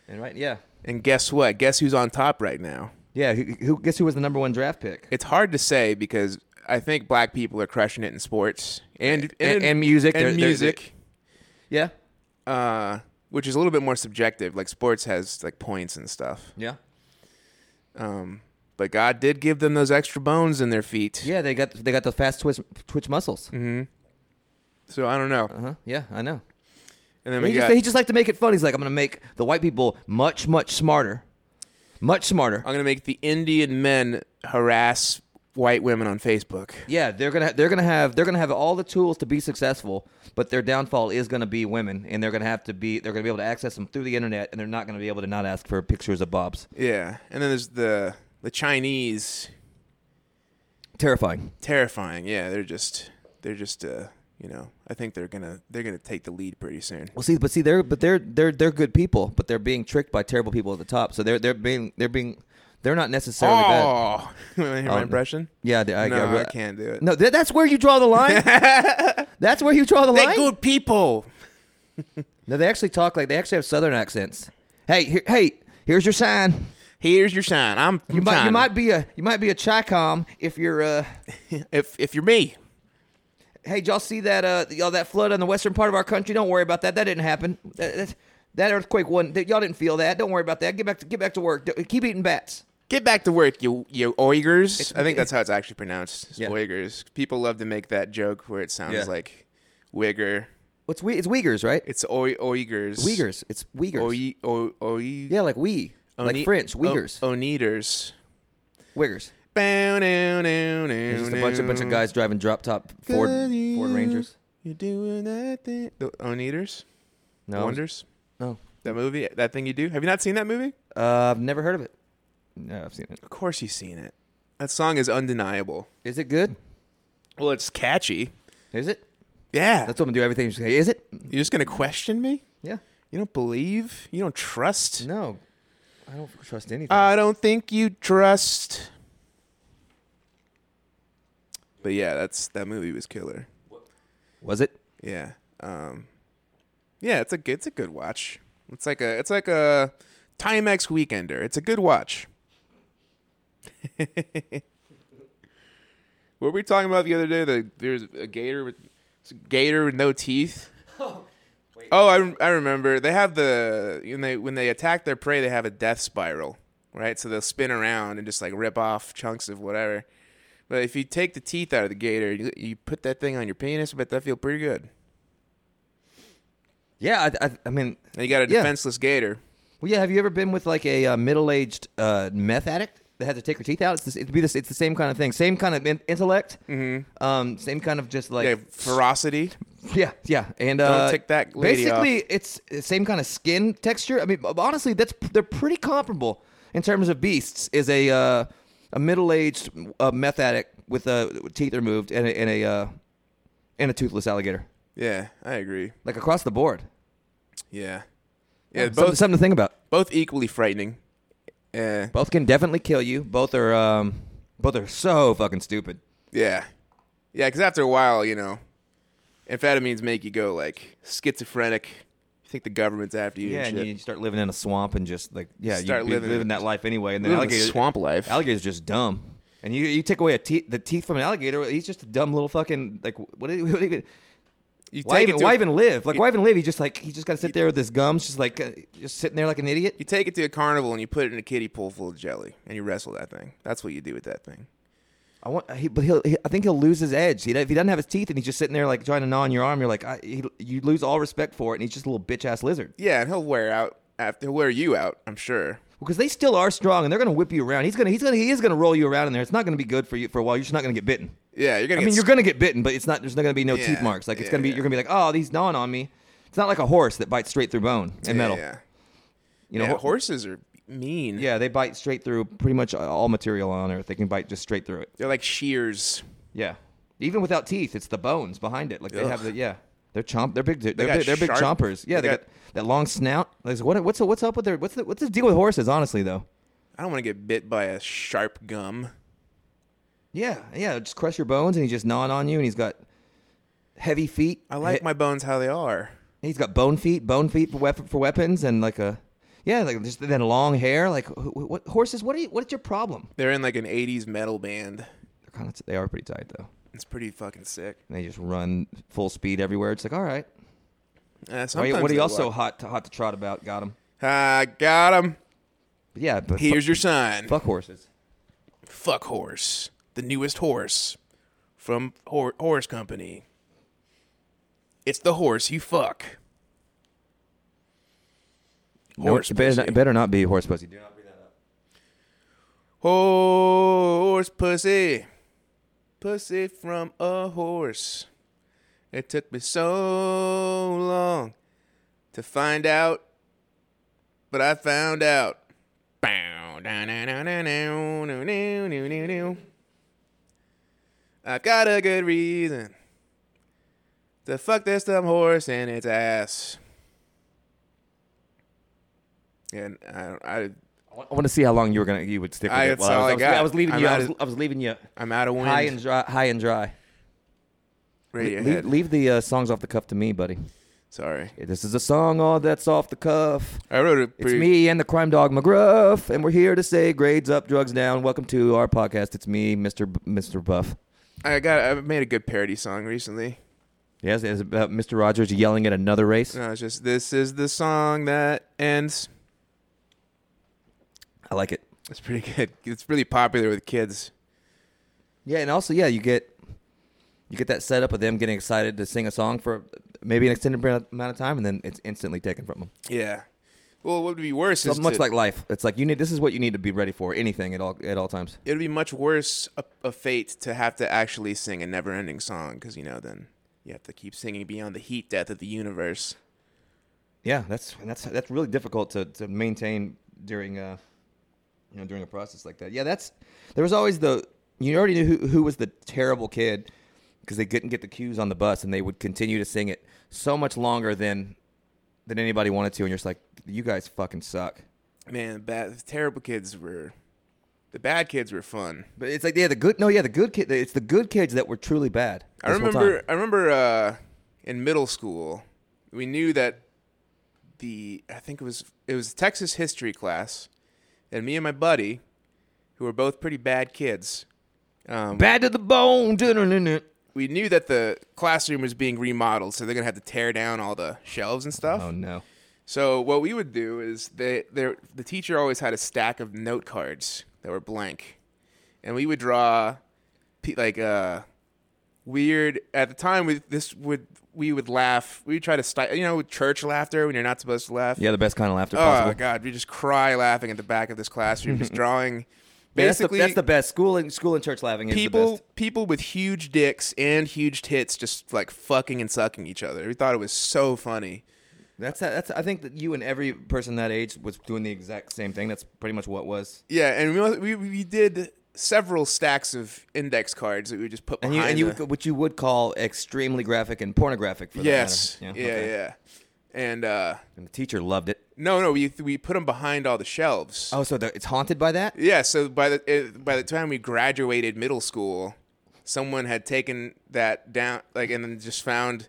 Speaker 2: And right, yeah,
Speaker 1: And guess what? Guess who's on top right now?
Speaker 2: yeah. Who, who guess who was the number one draft pick?
Speaker 1: it's hard to say because I think black people are crushing it in sports and
Speaker 2: And- and music.
Speaker 1: and
Speaker 2: They're- they're-
Speaker 1: music,
Speaker 2: Yeah,
Speaker 1: uh, which is a little bit more subjective. Like sports has like points and stuff.
Speaker 2: yeah.
Speaker 1: Um, but God did give them those extra bones in their feet.
Speaker 2: Yeah, they got they got the fast twitch twitch muscles.
Speaker 1: Mm-hmm. So I don't know.
Speaker 2: Uh huh. Yeah, I know.
Speaker 1: And then we
Speaker 2: He just,
Speaker 1: got.
Speaker 2: he just like to make it fun. He's like, I'm gonna make the white people much much smarter, much smarter.
Speaker 1: I'm gonna make the Indian men harass white women on Facebook.
Speaker 2: Yeah, they're gonna they're gonna have they're gonna have all the tools to be successful, but their downfall is gonna be women, and they're gonna have to be they're gonna be able to access them through the internet, and they're not gonna be able to not ask for pictures of bobs.
Speaker 1: Yeah. And then there's the the Chinese.
Speaker 2: Terrifying.
Speaker 1: Terrifying. Yeah. They're just. They're just. Uh, you know. I think they're gonna. They're gonna take the lead pretty soon.
Speaker 2: Well, see, but see, they're but they're they're they're good people, but they're being tricked by terrible people at the top. So they're they're being they're being they're not necessarily bad.
Speaker 1: Oh, [LAUGHS] wanna hear
Speaker 2: Oh,
Speaker 1: my
Speaker 2: no.
Speaker 1: impression?
Speaker 2: Yeah, they- I,
Speaker 1: no, I,
Speaker 2: I-
Speaker 1: can't do it.
Speaker 2: No, th- that's where you draw the
Speaker 1: [LAUGHS]
Speaker 2: line. that's where you draw the
Speaker 1: They're
Speaker 2: line.
Speaker 1: good people.
Speaker 2: No, they actually talk like they actually have southern accents. Hey, here, hey, here's your sign.
Speaker 1: Here's your sign. I'm
Speaker 2: You might, you might be a you might be a chicom if you're uh
Speaker 1: [LAUGHS] if if you're me.
Speaker 2: hey did y'all see that uh y'all that flood on the western part of our country don't worry about that that didn't happen that, that, that earthquake wasn't that, y'all didn't feel that don't worry about that get back to get back to work D- keep eating bats
Speaker 1: Get back to work, you you oigers. I think that's how it's actually pronounced. It's
Speaker 2: Yeah.
Speaker 1: Oigers. People love to make that joke where it sounds
Speaker 2: Yeah.
Speaker 1: like wigger.
Speaker 2: what's we it's Uyghurs right it's
Speaker 1: It's Oh, oi oigers.
Speaker 2: Uyghurs it's Uyghurs
Speaker 1: Oi oi oi.
Speaker 2: yeah like we
Speaker 1: Oh,
Speaker 2: like French Uyghurs
Speaker 1: Oneaters.
Speaker 2: Uyghurs
Speaker 1: Bow, now, now, now,
Speaker 2: there's just a bunch a bunch of
Speaker 1: now.
Speaker 2: guys driving drop top Ford
Speaker 1: Good
Speaker 2: Ford
Speaker 1: year.
Speaker 2: Rangers
Speaker 1: You're doing that thing. The Oneaters.
Speaker 2: no
Speaker 1: Wonders.
Speaker 2: no
Speaker 1: That movie, that thing you do. Have you not seen that movie?
Speaker 2: uh, I've never heard of it no I've seen it
Speaker 1: Of course you've seen it. That song is undeniable.
Speaker 2: is it good
Speaker 1: Well, it's catchy.
Speaker 2: is it
Speaker 1: Yeah.
Speaker 2: That's what I'm gonna do. Everything just say, is it?
Speaker 1: You're just going to question me?
Speaker 2: Yeah.
Speaker 1: You don't believe? You don't trust?
Speaker 2: No, I don't trust anything.
Speaker 1: I don't think you trust. But yeah, that's that movie was killer.
Speaker 2: was it?
Speaker 1: Yeah. Um Yeah, it's a good, it's a good watch. [LAUGHS] It's like a it's like a Timex weekender. It's a good watch. What were we talking about the other day? The, there's a gator with it's a gator with no teeth. Oh, I, I remember. They have the when they when they attack their prey, they have a death spiral, right? So they'll spin around and just like rip off chunks of whatever. But if you take the teeth out of the gator, you, you put that thing on your penis, I bet that feel pretty good.
Speaker 2: Yeah, I, I, I mean,
Speaker 1: And you got a
Speaker 2: Yeah.
Speaker 1: defenseless gator.
Speaker 2: well, yeah. Have you ever been with like a uh, middle-aged uh, meth addict that had to take her teeth out? It's this, it'd be this. It's the same kind of thing. Same kind of in- intellect. Mm-hmm. Um, same kind of just like
Speaker 1: Yeah, ferocity.
Speaker 2: Yeah, yeah, and uh,
Speaker 1: take that lady
Speaker 2: basically, it's the same kind of skin texture. I mean, uh, honestly, that's they're pretty comparable in terms of beasts. Is a uh, a middle aged uh, meth addict with uh, teeth removed and a and a, uh, and a toothless alligator,
Speaker 1: Yeah, I agree.
Speaker 2: like across the board.
Speaker 1: Yeah, yeah.
Speaker 2: Some-
Speaker 1: Both
Speaker 2: something to think about.
Speaker 1: both equally frightening. Yeah,
Speaker 2: Both can definitely kill you. Both are um, both are so fucking stupid.
Speaker 1: yeah, yeah. Because after a while, you know, amphetamines make you go like schizophrenic. You think the government's after you.
Speaker 2: Yeah,
Speaker 1: and
Speaker 2: and
Speaker 1: shit.
Speaker 2: you start living in a swamp and just like yeah, you
Speaker 1: Start
Speaker 2: be
Speaker 1: living in
Speaker 2: living
Speaker 1: a-
Speaker 2: that life anyway, and then
Speaker 1: Living the
Speaker 2: alligators
Speaker 1: swamp life.
Speaker 2: Alligator's just dumb. And you, you take away a te- the teeth from an alligator, he's just a dumb little fucking like what? do you- [LAUGHS] what do you-
Speaker 1: You
Speaker 2: why
Speaker 1: take
Speaker 2: even
Speaker 1: it to
Speaker 2: why
Speaker 1: a-
Speaker 2: even live? Like why even live? He just like he just got to sit there with his gums, just like uh, just sitting there like an idiot.
Speaker 1: You take it to a carnival and you put it in a kiddie pool full of jelly and you wrestle that thing. That's what you do with that thing.
Speaker 2: I want, he, but he'll, he, I think he'll lose his edge. He, if he doesn't have his teeth and he's just sitting there like trying to gnaw on your arm, you're like I, he, you lose all respect for it, and he's just a little bitch ass lizard.
Speaker 1: Yeah, and he'll wear out after he'll wear you out. I'm sure.
Speaker 2: Because they still are strong, and they're gonna whip you around. He's gonna he's gonna he is gonna roll you around in there. It's not gonna be good for you for a while. You're just not gonna get bitten.
Speaker 1: Yeah, you're gonna.
Speaker 2: I
Speaker 1: get
Speaker 2: mean, you're
Speaker 1: s-
Speaker 2: gonna get bitten, but it's not. There's not gonna be no
Speaker 1: Yeah,
Speaker 2: teeth marks. Like it's
Speaker 1: yeah,
Speaker 2: gonna be.
Speaker 1: yeah.
Speaker 2: You're gonna be like, oh, these gnawing on me. It's not like a horse that bites straight through bone and metal.
Speaker 1: Yeah, yeah.
Speaker 2: You know,
Speaker 1: Yeah,
Speaker 2: ho-
Speaker 1: horses are mean.
Speaker 2: Yeah, they bite straight through pretty much all material on earth. They can bite just straight through it.
Speaker 1: they're like shears.
Speaker 2: Yeah, even without teeth, it's the bones behind it. Like they have the
Speaker 1: Ugh.
Speaker 2: yeah. They're chomp. They're big. They're,
Speaker 1: got
Speaker 2: big, they're big
Speaker 1: sharp-
Speaker 2: chompers. Yeah,
Speaker 1: they
Speaker 2: they,
Speaker 1: got-
Speaker 2: got, that long snout. Like, what, what's what's up with their what's the, what's the deal with horses? Honestly, though.
Speaker 1: I don't want to get bit by a sharp gum.
Speaker 2: Yeah, yeah. Just crush your bones, and he's just gnawing on you, and he's got heavy feet.
Speaker 1: I like
Speaker 2: he-
Speaker 1: my bones how they are.
Speaker 2: He's got bone feet, bone feet for, wep- for weapons, and like a yeah, like just then long hair. Like wh- wh- what horses? What are you? What's your problem?
Speaker 1: They're in like an 80s metal band.
Speaker 2: They're kind of they are pretty tight though,
Speaker 1: It's pretty fucking sick.
Speaker 2: and they just run full speed everywhere. It's like all right.
Speaker 1: Uh,
Speaker 2: What are you,
Speaker 1: sometimes
Speaker 2: what are
Speaker 1: they
Speaker 2: you also
Speaker 1: walk-
Speaker 2: hot to, hot to trot about? Got him.
Speaker 1: I got him.
Speaker 2: But yeah, but fu-
Speaker 1: Here's your sign.
Speaker 2: fuck horses.
Speaker 1: Fuck horse. The newest horse from Hor- Horse Company. It's the horse you fuck. Horse
Speaker 2: it, better not,
Speaker 1: pussy.
Speaker 2: it better not be horse pussy. Do not bring that up.
Speaker 1: Horse pussy. Pussy from a horse. It took me so long to find out, but I found out. Bow, da, na, na, na, na, na, na, na, na, na. I've got a good reason to fuck this dumb horse in its ass. And I, I,
Speaker 2: I want, I want to see how long you were gonna you would stick with
Speaker 1: I-
Speaker 2: it.
Speaker 1: that's
Speaker 2: while I,
Speaker 1: all
Speaker 2: was,
Speaker 1: I
Speaker 2: was-
Speaker 1: got.
Speaker 2: was leaving
Speaker 1: I'm
Speaker 2: you.
Speaker 1: out
Speaker 2: I was,
Speaker 1: of-
Speaker 2: I was leaving you
Speaker 1: I'm out of wind.
Speaker 2: high and dry. High and dry.
Speaker 1: Radiohead.
Speaker 2: Leave, leave the uh, songs off the cuff to me, buddy.
Speaker 1: Sorry.
Speaker 2: This is a song all that's off the cuff.
Speaker 1: I wrote a
Speaker 2: It's
Speaker 1: pretty,
Speaker 2: me and the crime dog McGruff, and we're here to say grades up, drugs down. Welcome to our podcast. It's me, Mr. B- Mr. Buff.
Speaker 1: I got. I made a good parody song recently.
Speaker 2: Yes, it's about Mr. Rogers yelling at another race.
Speaker 1: No, it's just this is the song that ends.
Speaker 2: I like it.
Speaker 1: It's pretty good. It's really popular with kids.
Speaker 2: Yeah, and also yeah, you get you get that setup of them getting excited to sing a song for maybe an extended br- amount of time, and then it's instantly taken from them.
Speaker 1: Yeah. Well, what would be worse
Speaker 2: So
Speaker 1: is
Speaker 2: much
Speaker 1: to-
Speaker 2: like life, it's like you need this is what you need to be ready for anything at all at all times.
Speaker 1: it would be much worse a, a fate to have to actually sing a never-ending song because you know then you have to keep singing beyond the heat death of the universe.
Speaker 2: Yeah, that's and that's that's really difficult to, to maintain during uh you know during a process like that. Yeah, that's there was always the you already knew who who was the terrible kid because they couldn't get the cues on the bus and they would continue to sing it so much longer than than anybody wanted to and you're just like you guys fucking suck.
Speaker 1: Man, bad, the terrible kids were. The bad kids were fun.
Speaker 2: But it's like yeah, the good no yeah, the good kid it's the good kids that were truly bad.
Speaker 1: I
Speaker 2: this whole time.
Speaker 1: remember I remember uh, in middle school we knew that the I think it was it was Texas history class and me and my buddy who were both pretty bad kids. Um,
Speaker 2: Bad to the bone. dun-dun-dun-dun.
Speaker 1: we knew that the classroom was being remodeled, so they're gonna have to tear down all the shelves and stuff.
Speaker 2: Oh no.
Speaker 1: So what we would do is they, there the teacher always had a stack of note cards that were blank, and we would draw, pe- like uh, weird. At the time, we this would we would laugh. We would try to stifle, you know, church laughter when you're not supposed to laugh.
Speaker 2: Yeah, the best kind of laughter
Speaker 1: Oh
Speaker 2: possible.
Speaker 1: God, we just cry laughing at the back of this
Speaker 2: [LAUGHS]
Speaker 1: classroom, just drawing.
Speaker 2: Yeah, that's, the,
Speaker 1: Basically,
Speaker 2: that's the best. School and school and church laughing is the
Speaker 1: people
Speaker 2: best.
Speaker 1: people with huge dicks and huge tits just like fucking and sucking each other. We thought it was so funny.
Speaker 2: That's that's. I think that you and every person that age was doing the exact same thing. That's pretty much what was.
Speaker 1: Yeah, and we al- we, we did several stacks of index cards that we just put
Speaker 2: And
Speaker 1: behind.
Speaker 2: you and you
Speaker 1: the-
Speaker 2: would, what you would call extremely graphic and pornographic. For that
Speaker 1: yes,
Speaker 2: matter.
Speaker 1: yeah,
Speaker 2: okay.
Speaker 1: yeah, and uh,
Speaker 2: And the teacher loved it.
Speaker 1: no, no, we we put them behind all the shelves.
Speaker 2: Oh, so the, it's haunted by that.
Speaker 1: Yeah, so by the it, by the time we graduated middle school, someone had taken that down, like, and then just found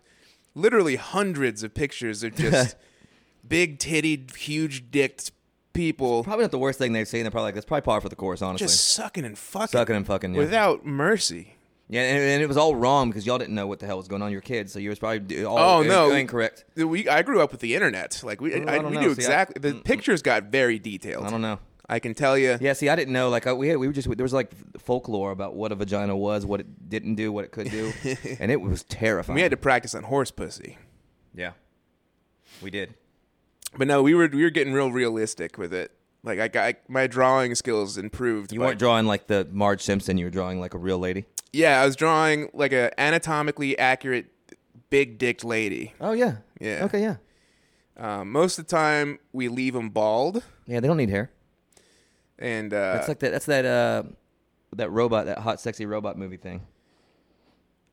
Speaker 1: literally hundreds of pictures of just
Speaker 2: [LAUGHS]
Speaker 1: big titted, huge dicked people
Speaker 2: Probably not the worst thing they've seen. They're probably like that's probably par for the course, honestly.
Speaker 1: just sucking and fucking,
Speaker 2: Sucking and fucking. Yeah,
Speaker 1: without mercy.
Speaker 2: yeah and, and it was all wrong because y'all didn't know what the hell was going on. Your kids, so you was probably d- all
Speaker 1: Oh,
Speaker 2: in-
Speaker 1: no.
Speaker 2: incorrect.
Speaker 1: We I grew up with the internet. Like we,
Speaker 2: Well, I
Speaker 1: I,
Speaker 2: don't
Speaker 1: we
Speaker 2: know.
Speaker 1: knew
Speaker 2: See, I-
Speaker 1: exactly. the pictures got very detailed.
Speaker 2: I don't know.
Speaker 1: I can tell you.
Speaker 2: Yeah, see, I didn't know. Like, I, we had, we were just there was like folklore about what a vagina was, what it didn't do, what it could
Speaker 1: [LAUGHS]
Speaker 2: do, and it was terrifying.
Speaker 1: We had to practice on horse pussy,
Speaker 2: yeah, we did.
Speaker 1: but no, we were we were getting real realistic with it. Like I got my drawing skills improved.
Speaker 2: You
Speaker 1: by-
Speaker 2: weren't drawing like the Marge Simpson. You were drawing like a real lady.
Speaker 1: yeah, I was drawing like a anatomically accurate big dicked lady.
Speaker 2: Oh yeah.
Speaker 1: Yeah.
Speaker 2: Okay. Yeah.
Speaker 1: Um, most of the time, we leave them bald,
Speaker 2: Yeah. They don't need hair.
Speaker 1: and uh,
Speaker 2: That's like that. That's that. Uh, that robot. That hot, sexy robot movie thing.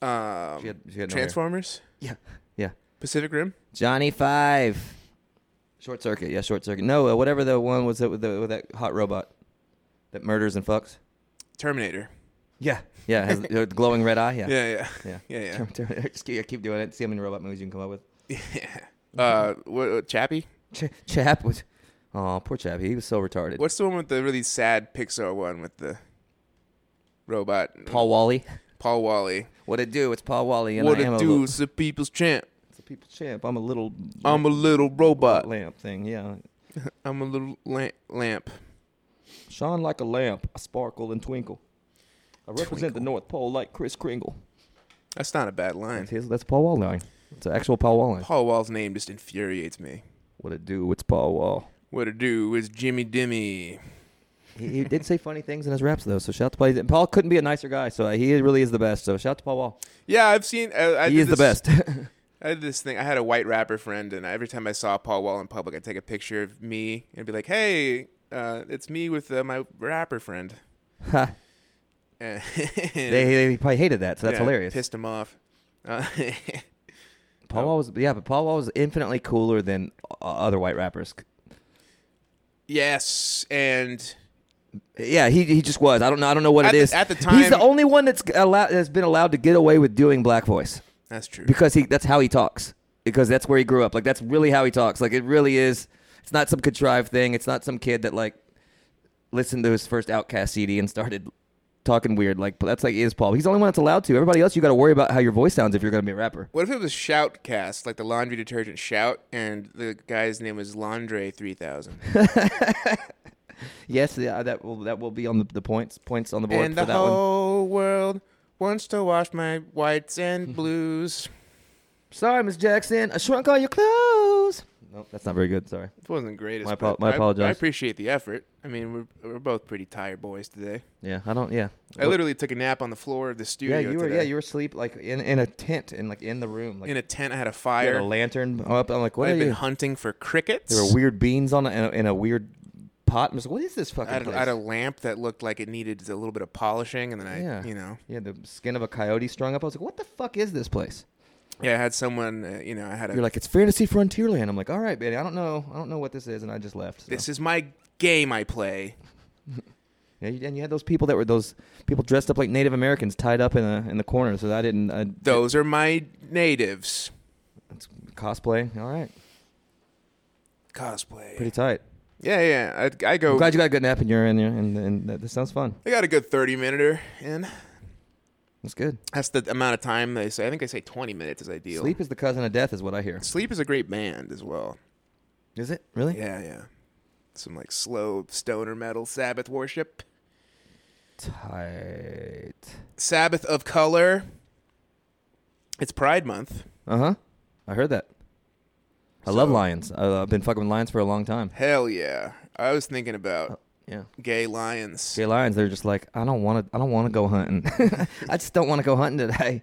Speaker 1: um,
Speaker 2: She had- she had no hair.
Speaker 1: Transformers,
Speaker 2: Yeah. Yeah.
Speaker 1: Pacific Rim.
Speaker 2: Johnny Five. Short circuit. Yeah. Short circuit. No. Uh, whatever the one was that with, the, with that hot robot that murders and fucks.
Speaker 1: Terminator.
Speaker 2: Yeah. Yeah. Has the glowing red eye. Yeah.
Speaker 1: Yeah, yeah,
Speaker 2: Yeah.
Speaker 1: yeah, [LAUGHS] yeah.
Speaker 2: Term- term- [LAUGHS] Just keep, keep doing it. See how many robot movies you can come up with.
Speaker 1: Uh,
Speaker 2: mm-hmm.
Speaker 1: what, what, Chappie?
Speaker 2: Ch- Chap was. Oh, poor Chap. He was so retarded.
Speaker 1: What's the one with the really sad Pixar one with the robot?
Speaker 2: Paul Wally.
Speaker 1: Paul Wally.
Speaker 2: What it do? It's Paul Wally. And
Speaker 1: what
Speaker 2: I am
Speaker 1: a
Speaker 2: a
Speaker 1: dude,
Speaker 2: little-
Speaker 1: it's the people's champ.
Speaker 2: It's a people champ. I'm a little
Speaker 1: I'm a little robot.
Speaker 2: lamp thing. Yeah,
Speaker 1: I'm a little la- lamp.
Speaker 2: shine like a lamp. I sparkle and twinkle. I represent the North Pole like Chris Kringle.
Speaker 1: That's not a bad line.
Speaker 2: That's his. That's Paul Wall line. It's an actual Paul Wall line.
Speaker 1: Paul Wall's name just infuriates me.
Speaker 2: What it do? It's Paul Wall.
Speaker 1: What a do is Jimmy Dimmy.
Speaker 2: He, he did say funny things in his raps though. So shout out to Paul. He's- and Paul couldn't be a nicer guy. So he really is the best. So shout out to Paul Wall.
Speaker 1: Yeah, I've seen. I, I
Speaker 2: he
Speaker 1: did
Speaker 2: is the
Speaker 1: this-
Speaker 2: best. [LAUGHS]
Speaker 1: I did this thing. I had a white rapper friend, and every time I saw Paul Wall in public, I'd take a picture of me and be like, "Hey, uh, it's me with uh, my rapper friend." [LAUGHS]
Speaker 2: Ha.
Speaker 1: And
Speaker 2: they, they probably hated that. So that's
Speaker 1: Yeah,
Speaker 2: hilarious.
Speaker 1: Pissed him off. Uh, [LAUGHS]
Speaker 2: Paul Wall was yeah, but Paul Wall was infinitely cooler than uh, other white rappers.
Speaker 1: yes, and
Speaker 2: Yeah, he, he just was. I don't know. I don't know what
Speaker 1: At
Speaker 2: it
Speaker 1: the-
Speaker 2: is.
Speaker 1: at the
Speaker 2: he's the
Speaker 1: time-
Speaker 2: only one that's allowed has been allowed to get away with doing black voice
Speaker 1: that's true.
Speaker 2: because he that's how he talks because that's where he grew up. Like that's really how he talks. Like it really is. It's not some contrived thing. It's not some kid that like listened to his first Outcast CD and started talking weird. Like that's like is Paul. He's the only one that's allowed to. Everybody else, you got to worry about how your voice sounds if you're going to be a rapper.
Speaker 1: What if it was Shoutcast, like the laundry detergent Shout, and the guy's name was Laundry
Speaker 2: [LAUGHS]
Speaker 1: Three Thousand,
Speaker 2: Yes, yeah, that will that will be on the, the points points on the board
Speaker 1: and
Speaker 2: for
Speaker 1: the
Speaker 2: that one.
Speaker 1: whole world wants to wash my
Speaker 2: [LAUGHS]
Speaker 1: whites and blues.
Speaker 2: Sorry, Miss Jackson, I shrunk all your clothes. Nope, that's not very good. Sorry.
Speaker 1: It wasn't the greatest.
Speaker 2: My
Speaker 1: but
Speaker 2: apo- my
Speaker 1: I- I
Speaker 2: apologize.
Speaker 1: appreciate the effort. I mean, we're we're both pretty tired boys today.
Speaker 2: Yeah, I don't. Yeah,
Speaker 1: I literally took a nap on the floor of the studio.
Speaker 2: Yeah, you were.
Speaker 1: today.
Speaker 2: Yeah, you were asleep like in, in a tent and like in the room, like
Speaker 1: in a tent. I had a
Speaker 2: you had
Speaker 1: fire.
Speaker 2: a lantern up. I'm like, what
Speaker 1: I'd
Speaker 2: are
Speaker 1: been
Speaker 2: you?
Speaker 1: hunting for crickets.
Speaker 2: There were weird beans on a, in, a, in a weird pot. I'm just like, what is this fucking
Speaker 1: I had,
Speaker 2: place?
Speaker 1: I had a lamp that looked like it needed a little bit of polishing, and then I,
Speaker 2: yeah,
Speaker 1: you know,
Speaker 2: yeah, the skin of a coyote strung up. I was like, what the fuck is this place?
Speaker 1: yeah, I had someone, uh, you know, I had a.
Speaker 2: You're like, it's fantasy frontierland. I'm like, all right, baby, I don't know, I don't know what this is, and I just left. so.
Speaker 1: this is my game I play.
Speaker 2: Yeah, you- and you had those people that were those people dressed up like Native Americans, tied up in a in the corner. So I didn't. uh, I,
Speaker 1: Those are my natives.
Speaker 2: it's cosplay. All right,
Speaker 1: Cosplay.
Speaker 2: pretty tight.
Speaker 1: Yeah, yeah. I, I go.
Speaker 2: I'm glad you got a good nap and you're in there, and, and that, this sounds fun.
Speaker 1: I got a good thirty minuter in.
Speaker 2: That's good.
Speaker 1: That's the amount of time they say. I think they say twenty minutes is ideal.
Speaker 2: Sleep is the cousin of death, is what I hear.
Speaker 1: Sleep is a great band as well.
Speaker 2: Is it really?
Speaker 1: Yeah, yeah. Some like slow stoner metal Sabbath worship.
Speaker 2: Tight.
Speaker 1: Sabbath of color. It's Pride Month.
Speaker 2: Uh huh. I heard that. I love lions. I, I've been fucking with lions for a long time.
Speaker 1: Hell yeah! I was thinking
Speaker 2: Oh.
Speaker 1: about
Speaker 2: Yeah.
Speaker 1: gay lions.
Speaker 2: Gay lions, they're just like, I don't want to. I don't want to go hunting. [LAUGHS] I just don't want to go hunting today.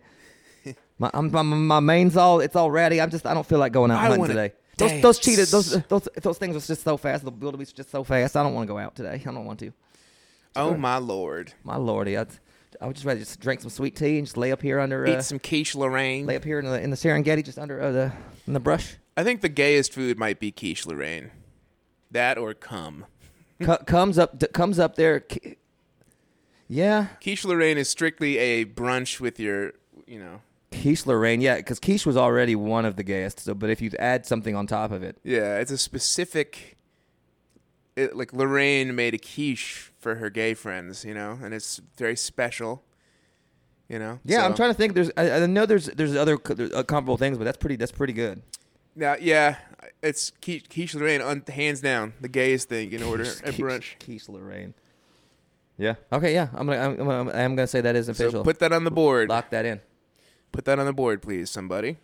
Speaker 2: [LAUGHS] My, I'm, my my main's all it's all ratty. I'm just I don't feel like going out
Speaker 1: I
Speaker 2: hunting
Speaker 1: wanna
Speaker 2: today. Those, those cheetahs,
Speaker 1: dance.
Speaker 2: those those those things was just so fast. The wildebeest was just so fast. I don't want to go out today. I don't want to.
Speaker 1: Oh my lord!
Speaker 2: My lordy, I'd, I would just rather just drink some sweet tea and just lay up here under uh,
Speaker 1: Eat some quiche Lorraine.
Speaker 2: lay up here in the in the Serengeti, just under uh, the in the brush.
Speaker 1: I think the gayest food might be quiche Lorraine. That or cum.
Speaker 2: Co- comes up d- comes up there. K- Yeah,
Speaker 1: Quiche Lorraine is strictly a brunch with your, you know.
Speaker 2: Quiche Lorraine. Yeah, because Quiche was already one of the gayest. So, but if you add something on top of it,
Speaker 1: Yeah, it's a specific. It, like Lorraine made a quiche for her gay friends, you know, and it's very special. You know.
Speaker 2: Yeah, I'm
Speaker 1: so-
Speaker 2: trying to think. There's, I, I know there's there's other co- there's, uh, comparable things, but that's pretty that's pretty good.
Speaker 1: Now, yeah, it's quiche, quiche Lorraine, un, hands down, the gayest thing you can order at
Speaker 2: [LAUGHS]
Speaker 1: brunch.
Speaker 2: Quiche Lorraine. Yeah. Okay. Yeah. I'm gonna I'm, I'm, gonna- I'm gonna say that is official.
Speaker 1: So put that on the board.
Speaker 2: Lock that in.
Speaker 1: Put that on the board, please, somebody.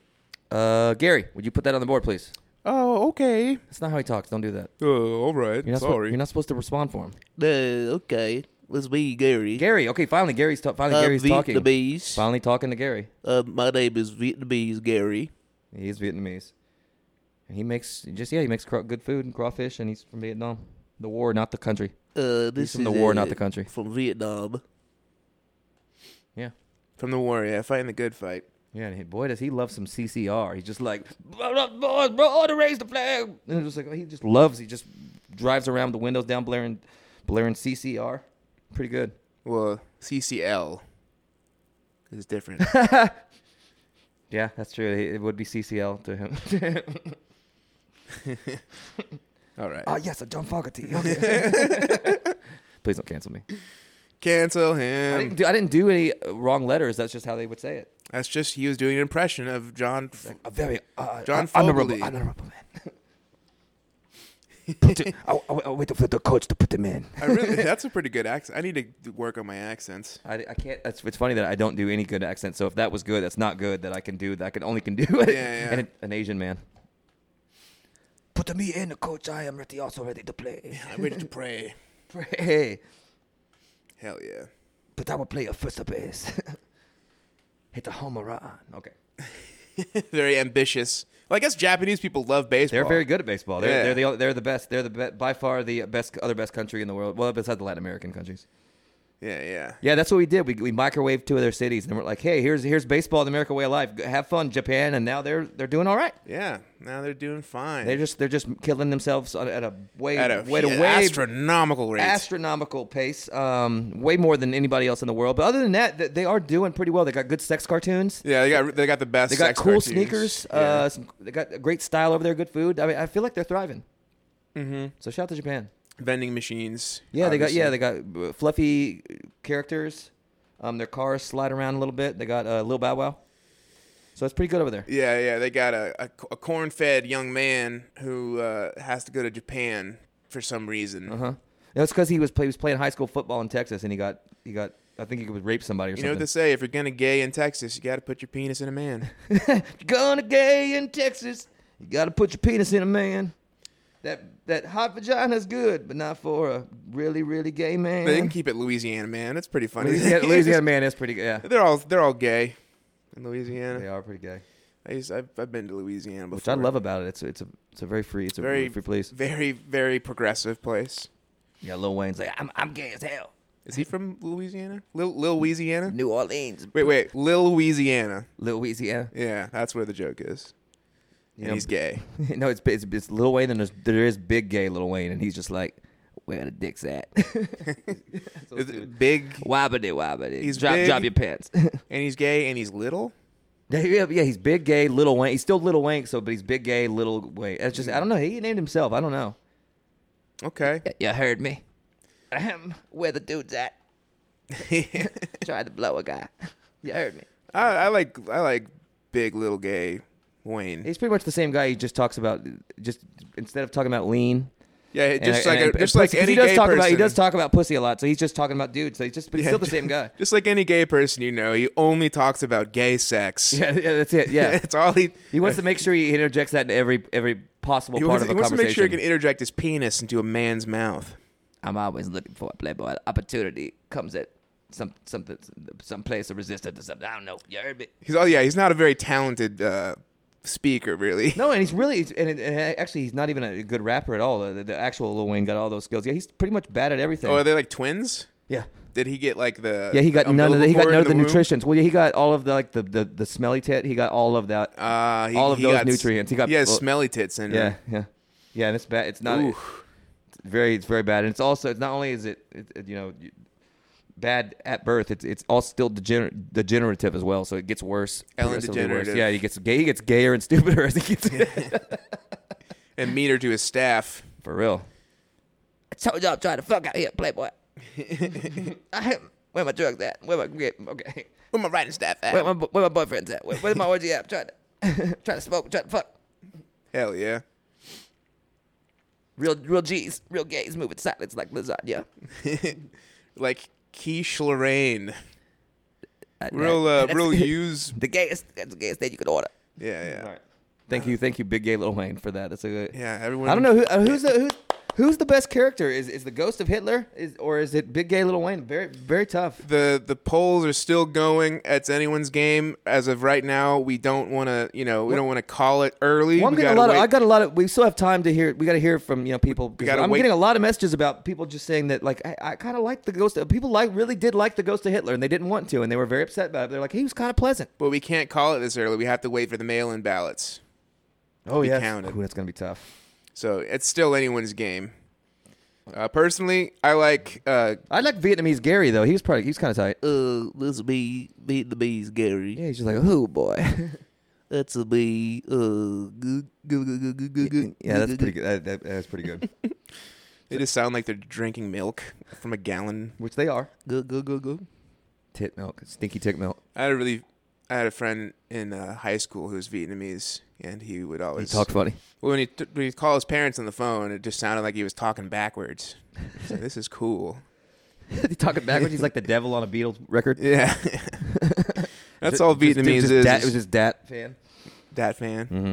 Speaker 2: Uh, Gary, would you put that on the board, please?
Speaker 1: Oh, okay.
Speaker 2: That's not how he talks. Don't do that.
Speaker 1: Oh, all right.
Speaker 2: You're not, suppo-
Speaker 1: Sorry.
Speaker 2: you're not supposed to respond for him.
Speaker 4: okay. Let's be Gary.
Speaker 2: Gary. Okay. Finally, Gary's ta- finally
Speaker 4: I'm
Speaker 2: Gary's talking.
Speaker 4: Vietnamese.
Speaker 2: Finally talking to Gary.
Speaker 4: Uh, my name is Vietnamese Gary.
Speaker 2: He's Vietnamese. And He makes just yeah he makes craw- good food and crawfish, and he's from Vietnam. The war, not the country.
Speaker 4: Uh, this
Speaker 2: from the
Speaker 4: is
Speaker 2: war,
Speaker 4: uh,
Speaker 2: not the country.
Speaker 4: From Vietnam.
Speaker 2: Yeah.
Speaker 1: From the war, yeah, fighting the good fight.
Speaker 2: Yeah, and he, boy, does he love some CCR. He's just like, "Blah, blah, boys, bro, to raise the flag. And it's just like, he just loves, he just drives around with the windows down, blaring, blaring CCR. Pretty good.
Speaker 1: Well, CCL
Speaker 2: [LAUGHS]
Speaker 1: is different.
Speaker 2: Yeah, that's true. It it would be CCL to him. [LAUGHS]
Speaker 1: All right.
Speaker 2: Ah, yes, a John Fogerty. Okay. [LAUGHS] Please don't cancel me.
Speaker 1: Cancel
Speaker 2: I
Speaker 1: him.
Speaker 2: didn't, do, I didn't do any uh, wrong letters. That's just how they would say it.
Speaker 1: That's just he was doing an impression of John. F-
Speaker 2: A very uh,
Speaker 1: John
Speaker 2: hon- honorable,
Speaker 1: Fogerty.
Speaker 2: honorable man. Put it- I, I, I wait for the coach to put them in. [LAUGHS]
Speaker 1: I really, that's a pretty good accent. I need to d- work on my accents.
Speaker 2: I, I can't. That's, it's funny that I don't do any good accent. So if that was good, that's not good. That I can do. That I can only can do [LAUGHS] it.
Speaker 1: yeah.
Speaker 2: And an Asian man. Put me in, coach. I am ready, also ready to [LAUGHS] play.
Speaker 1: I'm ready to pray.
Speaker 2: Pray,
Speaker 1: Hell yeah. [LAUGHS]
Speaker 2: but I will play a first base. [LAUGHS] Hit the home run. Okay.
Speaker 1: Very ambitious. Well, I guess Japanese people love baseball.
Speaker 2: They're very good at baseball. They're,
Speaker 1: Yeah.
Speaker 2: they're the they're the best. They're the be, by far the best other best country in the world. Well, besides the Latin American countries.
Speaker 1: Yeah, yeah.
Speaker 2: Yeah, that's what we did. We, we microwaved two of their cities, and we're like, "Hey, here's here's baseball, the American way of life. Have fun, Japan." And now they're they're doing all right.
Speaker 1: Yeah. Now they're doing fine.
Speaker 2: They're just they're just killing themselves on- at a way
Speaker 1: at a
Speaker 2: way to
Speaker 1: yeah,
Speaker 2: way
Speaker 1: astronomical rate.
Speaker 2: astronomical pace, um, way more than anybody else in the world. But other than that, th- they are doing pretty well. They got good sex cartoons.
Speaker 1: yeah, they got they got the best.
Speaker 2: They got
Speaker 1: sex
Speaker 2: cool
Speaker 1: cartoons.
Speaker 2: sneakers.
Speaker 1: Yeah.
Speaker 2: Uh, some, they got a great style over there. Good food. I mean, I feel like they're thriving. Mm-hmm. So shout out to Japan.
Speaker 1: vending machines.
Speaker 2: Yeah, they got yeah
Speaker 1: obviously.
Speaker 2: they got uh, fluffy characters. Um, their cars slide around a little bit. They got uh, Lil Bow Wow. So it's pretty good over there.
Speaker 1: Yeah, yeah, they got a, a, a corn-fed young man who uh, has to go to Japan for some reason.
Speaker 2: Uh huh. That's because he was play, he was playing high school football in Texas, and he got he got I think he was rape somebody or
Speaker 1: You know
Speaker 2: something.
Speaker 1: what they say: if you're gonna gay in Texas, you got to put your penis in
Speaker 2: [LAUGHS]
Speaker 1: a man.
Speaker 2: You're gonna gay in Texas. You gotta put your penis in a man. That that hot vagina's good, but not for a really really gay man.
Speaker 1: they
Speaker 2: [LAUGHS]
Speaker 1: can keep it Louisiana man. It's pretty funny.
Speaker 2: Louisiana, Louisiana man is pretty good. Yeah,
Speaker 1: [LAUGHS] they're all they're all gay in Louisiana.
Speaker 2: they are pretty gay,
Speaker 1: I used, I've, I've been to Louisiana before.
Speaker 2: which I love about it. It's it's a it's a very free it's a
Speaker 1: Very
Speaker 2: very free place.
Speaker 1: Very very progressive place.
Speaker 2: Yeah, Lil Wayne's like I'm I'm gay as hell.
Speaker 1: Is he from Louisiana? Lil Lil Louisiana?
Speaker 2: New Orleans,
Speaker 1: Wait wait, Lil Louisiana.
Speaker 2: Louisiana.
Speaker 1: Yeah, that's where the joke is.
Speaker 2: You
Speaker 1: and
Speaker 2: know,
Speaker 1: he's gay.
Speaker 2: [LAUGHS] no, it's, it's it's Lil Wayne and there's, there is big gay Lil Wayne, and he's just like where the dicks [LAUGHS] at. So
Speaker 1: Is it
Speaker 2: stupid.
Speaker 1: big
Speaker 2: Wobbity wobbity.
Speaker 1: He's
Speaker 2: drop
Speaker 1: big.
Speaker 2: drop your [LAUGHS] pants.
Speaker 1: and he's gay and he's little.
Speaker 2: Yeah, yeah, yeah, he's big gay, little Wayne. He's still little Wayne, so but he's big gay, little Wayne. That's just I don't know. He named himself. I don't know. [LAUGHS]
Speaker 1: Okay. [LAUGHS]
Speaker 2: You heard me. Ahem. Where the dude's at? Tried to blow a guy. [LAUGHS] You heard me.
Speaker 1: I, I like I like big little gay Wayne.
Speaker 2: He's pretty much the same guy. He just talks about just instead of talking about lean.
Speaker 1: Yeah,
Speaker 2: and-
Speaker 1: just like
Speaker 2: and-
Speaker 1: a, just
Speaker 2: and
Speaker 1: like
Speaker 2: pussy, 'cause
Speaker 1: any
Speaker 2: he does
Speaker 1: gay
Speaker 2: talk
Speaker 1: person.
Speaker 2: about he does talk about pussy a lot. So he's just talking about dudes. So he's just but he's
Speaker 1: Yeah.
Speaker 2: [LAUGHS] still the same guy.
Speaker 1: Just like any gay person you know, he only talks about gay sex. [LAUGHS]
Speaker 2: Yeah, yeah, that's it. [LAUGHS] Yeah,
Speaker 1: it's all he.
Speaker 2: he wants to make sure he interjects that in every every possible
Speaker 1: He
Speaker 2: part
Speaker 1: wants,
Speaker 2: of a
Speaker 1: he wants to make
Speaker 2: conversation.
Speaker 1: sure he can interject his penis into a man's mouth.
Speaker 2: I'm always looking for a playboy. Opportunity comes at some something some place of resistance or something. I don't know. You heard me.
Speaker 1: He's oh yeah, he's not a very talented uh, speaker, really.
Speaker 2: No, and he's really and, and actually he's not even a good rapper at all. The, the actual Lil Wayne got all those skills. Yeah, he's pretty much bad at everything.
Speaker 1: Oh, are they like twins?
Speaker 2: yeah.
Speaker 1: Did he get like the?
Speaker 2: Yeah, he got none of the, he got
Speaker 1: umbilical cord
Speaker 2: none of the,
Speaker 1: in womb?
Speaker 2: nutritions. Well, yeah, he got all of the like the, the, the smelly tit. He got all of that.
Speaker 1: Uh, he,
Speaker 2: all of
Speaker 1: he
Speaker 2: those
Speaker 1: got s-
Speaker 2: nutrients. He got
Speaker 1: he has
Speaker 2: well,
Speaker 1: smelly tits in
Speaker 2: Yeah,
Speaker 1: him.
Speaker 2: yeah, yeah. And it's bad. It's not.
Speaker 1: Oof.
Speaker 2: It's very. It's very bad. And it's also. It's not only is it. it, it, you know, you- bad at birth. It's it's all still degener- degenerative as well. So it gets worse.
Speaker 1: Ellen
Speaker 2: progressively worse.
Speaker 1: degenerative.
Speaker 2: Yeah, he gets gay. He gets gayer and [LAUGHS] stupider as he gets.
Speaker 1: and meter to his staff.
Speaker 2: [LAUGHS] For real.
Speaker 5: I told y'all I'm trying to fuck out here, Playboy. [LAUGHS] I, where my drugs at? Where my grip? Okay.
Speaker 1: Where my writing staff at?
Speaker 5: Where my, bo- where my boyfriend's at? Where, where's my orgy at? I'm trying to, [LAUGHS] trying to smoke, trying to fuck.
Speaker 1: Hell yeah. [LAUGHS]
Speaker 5: Real, real G's, real gays moving silence like lasagna.
Speaker 1: like Quiche Lorraine.
Speaker 5: Uh,
Speaker 1: Real,
Speaker 5: uh,
Speaker 1: uh,
Speaker 2: [LAUGHS]
Speaker 5: that's
Speaker 1: real use.
Speaker 5: The gayest, that's the gayest thing you could order.
Speaker 1: Yeah, yeah,
Speaker 2: Thank you, thank you, Big Gay Little Wayne, for that. That's a good.
Speaker 1: yeah. Everyone.
Speaker 2: I don't know who, uh, who's the who, who's the best character. Is is the ghost of Hitler? Is or is it Big Gay Little Wayne? Very very tough.
Speaker 1: The the polls are still going. It's anyone's game as of right now. We don't want to, you know, we don't want to call it early.
Speaker 2: Well, I'm
Speaker 1: we
Speaker 2: getting a
Speaker 1: gotta
Speaker 2: lot. Of,
Speaker 1: wait.
Speaker 2: I got a lot of. We still have time to hear. We got to hear from you know people.
Speaker 1: gotta
Speaker 2: I'm
Speaker 1: wait.
Speaker 2: getting a lot of messages about people just saying that like I, I kind of like the ghost. Of, people like really did like the ghost of Hitler, and they didn't want to, and they were very upset about it. They're like, he was kind of pleasant.
Speaker 1: but we can't call it this early. We have to wait for the mail-in ballots.
Speaker 2: Oh
Speaker 1: be
Speaker 2: yes.
Speaker 1: counted.
Speaker 2: Ooh, that's gonna be tough.
Speaker 1: So it's still anyone's game. Uh, personally, I like uh,
Speaker 2: I like Vietnamese Gary though. He was probably he was kind of tight.
Speaker 4: Uh, this be beat the bees, Gary.
Speaker 2: Yeah, he's just like, oh boy.
Speaker 4: That's a bee. Uh, good, good, good, good, good, good, good.
Speaker 2: yeah, that's pretty good. That, that, that's pretty
Speaker 1: [LAUGHS]
Speaker 2: good.
Speaker 1: They just sound like they're drinking milk from a gallon.
Speaker 2: Which they are.
Speaker 4: Good, good, good, good.
Speaker 2: Tit milk, stinky tit milk.
Speaker 1: I had a really, I had a friend in uh, high school who was Vietnamese, and he would
Speaker 2: He
Speaker 1: always
Speaker 2: talked funny. [LAUGHS]
Speaker 1: Well, when he t- when he'd call his parents on the phone, it just sounded like he was talking backwards. He's like, this is cool.
Speaker 2: he talking backwards. He's like the devil on a Beatles record.
Speaker 1: Yeah, [LAUGHS] that's all
Speaker 2: Just-
Speaker 1: Vietnamese
Speaker 2: just
Speaker 1: is.
Speaker 2: Dat, it was just dat fan.
Speaker 1: that fan.
Speaker 2: Mm-hmm.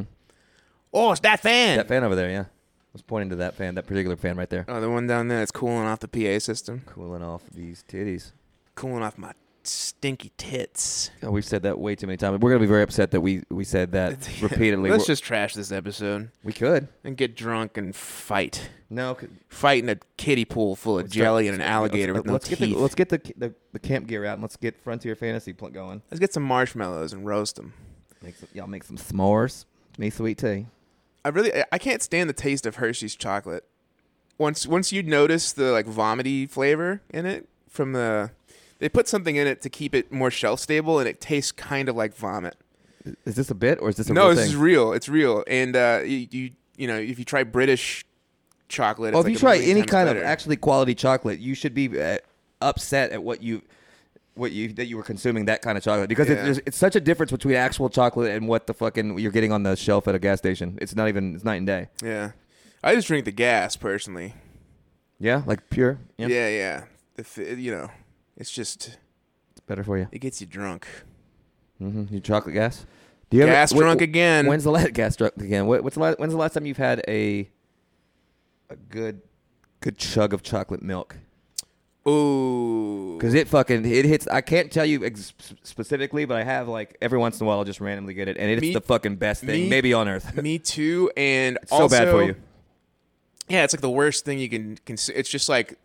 Speaker 1: Oh, it's that fan.
Speaker 2: That fan over there. Yeah, I was pointing to that fan, that particular fan right there.
Speaker 1: Oh, the one down there that's cooling off the PA system,
Speaker 2: Cooling off these titties.
Speaker 1: cooling off my stinky tits.
Speaker 2: Oh, we've said that way too many times. We're gonna be very upset that we we said
Speaker 1: [LAUGHS]
Speaker 2: that repeatedly.
Speaker 1: Let's
Speaker 2: We're-
Speaker 1: just trash this episode
Speaker 2: we could
Speaker 1: and get drunk and fight.
Speaker 2: no.
Speaker 1: Fight in a kiddie pool full of jelly and an alligator with no
Speaker 2: let's
Speaker 1: teeth.
Speaker 2: Get the, let's get the, the the camp gear out and let's get Frontier Fantasy pl- going.
Speaker 1: Let's get some marshmallows and roast them.
Speaker 2: Make some, y'all make some s'mores. Me sweet tea.
Speaker 1: I really I- I can't stand the taste of Hershey's chocolate. Once once you notice the like vomity flavor in it from the they put something in it to keep it more shelf stable and it tastes kind of like vomit.
Speaker 2: Is this a bit or is this a
Speaker 1: no,
Speaker 2: real
Speaker 1: this
Speaker 2: thing?
Speaker 1: is real. It's real. And uh you, you you know, if you try British chocolate,
Speaker 2: Well,
Speaker 1: it's
Speaker 2: if you try
Speaker 1: like a million
Speaker 2: any
Speaker 1: times
Speaker 2: kind of
Speaker 1: better.
Speaker 2: actually quality chocolate, you should be uh, upset at what you what you that you were consuming that kind of chocolate because it's,
Speaker 1: Yeah.
Speaker 2: there's- it's such a difference between actual chocolate and what the fucking you're getting on the shelf at a gas station. It's not even it's night and day.
Speaker 1: Yeah. I just drink the gas personally.
Speaker 2: Yeah, like pure.
Speaker 1: Yeah, yeah. If it- you know, it's just
Speaker 2: it's better for you.
Speaker 1: it gets you drunk.
Speaker 2: hmm You chocolate gas. Do you
Speaker 1: Gas
Speaker 2: wh-
Speaker 1: drunk
Speaker 2: wh-
Speaker 1: again.
Speaker 2: When's the last gas drunk again? What, what's the last, when's the last time you've had a a good good chug of chocolate milk?
Speaker 1: Ooh.
Speaker 2: Because it fucking it hits. I can't tell you ex- specifically, but I have like every once in a while I'll just randomly get it, and it's
Speaker 1: Me-
Speaker 2: the fucking best thing
Speaker 1: me-
Speaker 2: maybe on earth.
Speaker 1: Me too, and
Speaker 2: [LAUGHS] It's [LAUGHS] so bad for
Speaker 1: also-
Speaker 2: you.
Speaker 1: Yeah, it's like the worst thing you can consider. It's just like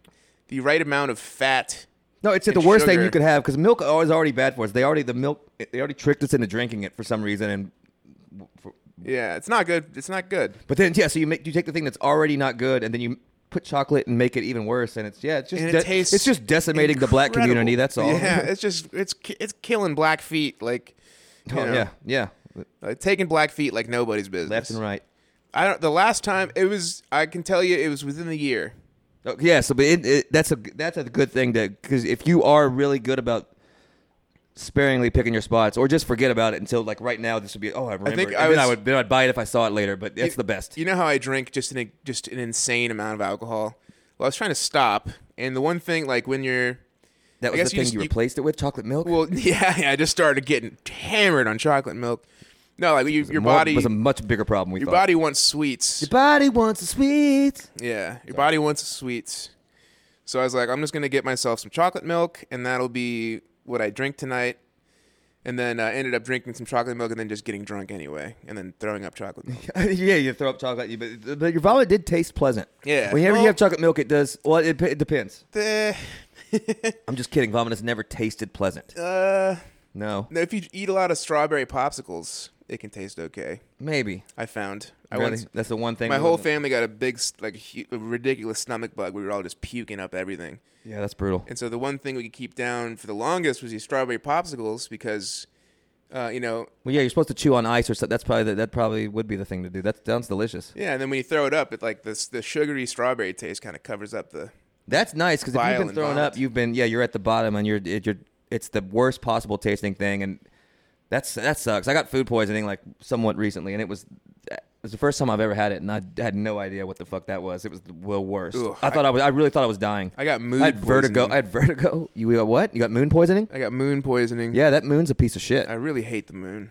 Speaker 1: the right amount of fat.
Speaker 2: No, it's the
Speaker 1: It's
Speaker 2: worst thing you
Speaker 1: sugar.
Speaker 2: could have because milk al- is already bad for us. They already the milk they already tricked us into drinking it for some reason, and
Speaker 1: Yeah, it's not good. It's not good.
Speaker 2: but then yeah, so you make you take the thing that's already not good, and then you put chocolate and make it even worse, and it's yeah, it's just
Speaker 1: And it
Speaker 2: de-
Speaker 1: tastes
Speaker 2: it's just decimating the black
Speaker 1: incredible.
Speaker 2: community. That's all. [LAUGHS]
Speaker 1: Yeah, it's just it's ki- it's killing black feet like you
Speaker 2: Oh,
Speaker 1: know,
Speaker 2: yeah, yeah.
Speaker 1: like, taking black feet like nobody's business.
Speaker 2: Left and right.
Speaker 1: I don't. The last time it was, I can tell you, it was within the year.
Speaker 2: Oh, yeah, so but it, it, that's a that's a good thing to because if you are really good about sparingly picking your spots or just forget about it until like right now this would be oh I remember
Speaker 1: think
Speaker 2: and
Speaker 1: I
Speaker 2: then I
Speaker 1: was-
Speaker 2: would then I'd buy it if I saw it later but that's the best
Speaker 1: You know how I drink just an just an insane amount of alcohol. Well, I was trying to stop, and the one thing like when you're
Speaker 2: that
Speaker 1: I
Speaker 2: was
Speaker 1: guess
Speaker 2: the thing
Speaker 1: you just-
Speaker 2: you
Speaker 1: you-
Speaker 2: replaced it with chocolate milk
Speaker 1: well, [LAUGHS] yeah, yeah I just started getting hammered on chocolate milk. No, like you, your
Speaker 2: More-
Speaker 1: body,
Speaker 2: was a much bigger problem we
Speaker 1: your
Speaker 2: thought
Speaker 1: body wants sweets.
Speaker 2: body wants a sweet
Speaker 1: Yeah, your body wants sweets. So I was like, I'm just gonna get myself some chocolate milk, and that'll be what I drink tonight. And then uh, ended up drinking some chocolate milk, and then just getting drunk anyway, and then throwing up
Speaker 2: [LAUGHS]
Speaker 1: chocolate milk.
Speaker 2: yeah you throw up chocolate you, but, but your vomit did taste pleasant
Speaker 1: Yeah.
Speaker 2: whenever
Speaker 1: Well-
Speaker 2: you have chocolate milk it does well it, it depends
Speaker 1: Eh,
Speaker 2: I'm just kidding vomit has never tasted pleasant
Speaker 1: uh,
Speaker 2: no
Speaker 1: no, if you eat a lot of strawberry popsicles, it can taste okay.
Speaker 2: maybe
Speaker 1: I found. I
Speaker 2: Really?
Speaker 1: once,
Speaker 2: that's the one thing
Speaker 1: my
Speaker 2: we
Speaker 1: whole
Speaker 2: wouldn't-
Speaker 1: family got a big, s- like, hu- a ridiculous stomach bug. We were all just puking up everything.
Speaker 2: yeah that's brutal
Speaker 1: And so the one thing we could keep down for the longest was these strawberry popsicles because, uh, you know,
Speaker 2: Well, yeah, you're supposed to chew on ice or something. That's probably the, that probably would be the thing to do. That sounds delicious.
Speaker 1: Yeah, and then when you throw it up, it like this the sugary strawberry taste kind of covers up the.
Speaker 2: That's nice because if
Speaker 1: Bile
Speaker 2: you've been
Speaker 1: and
Speaker 2: throwing
Speaker 1: vomit.
Speaker 2: up, you've been yeah, you're at the bottom and you're it, you're it's the worst possible tasting thing, and that's that sucks. I got food poisoning like somewhat recently, and it was it was the first time I've ever had it, and I had no idea what the fuck that was. It was the well worst.
Speaker 1: Ugh,
Speaker 2: I thought I, was I really thought I was dying.
Speaker 1: I got mood.
Speaker 2: I had vertigo.
Speaker 1: poisoning.
Speaker 2: I had vertigo. You got what? You got moon poisoning?
Speaker 1: I got moon poisoning.
Speaker 2: Yeah, that moon's a piece of shit.
Speaker 1: I really hate the moon.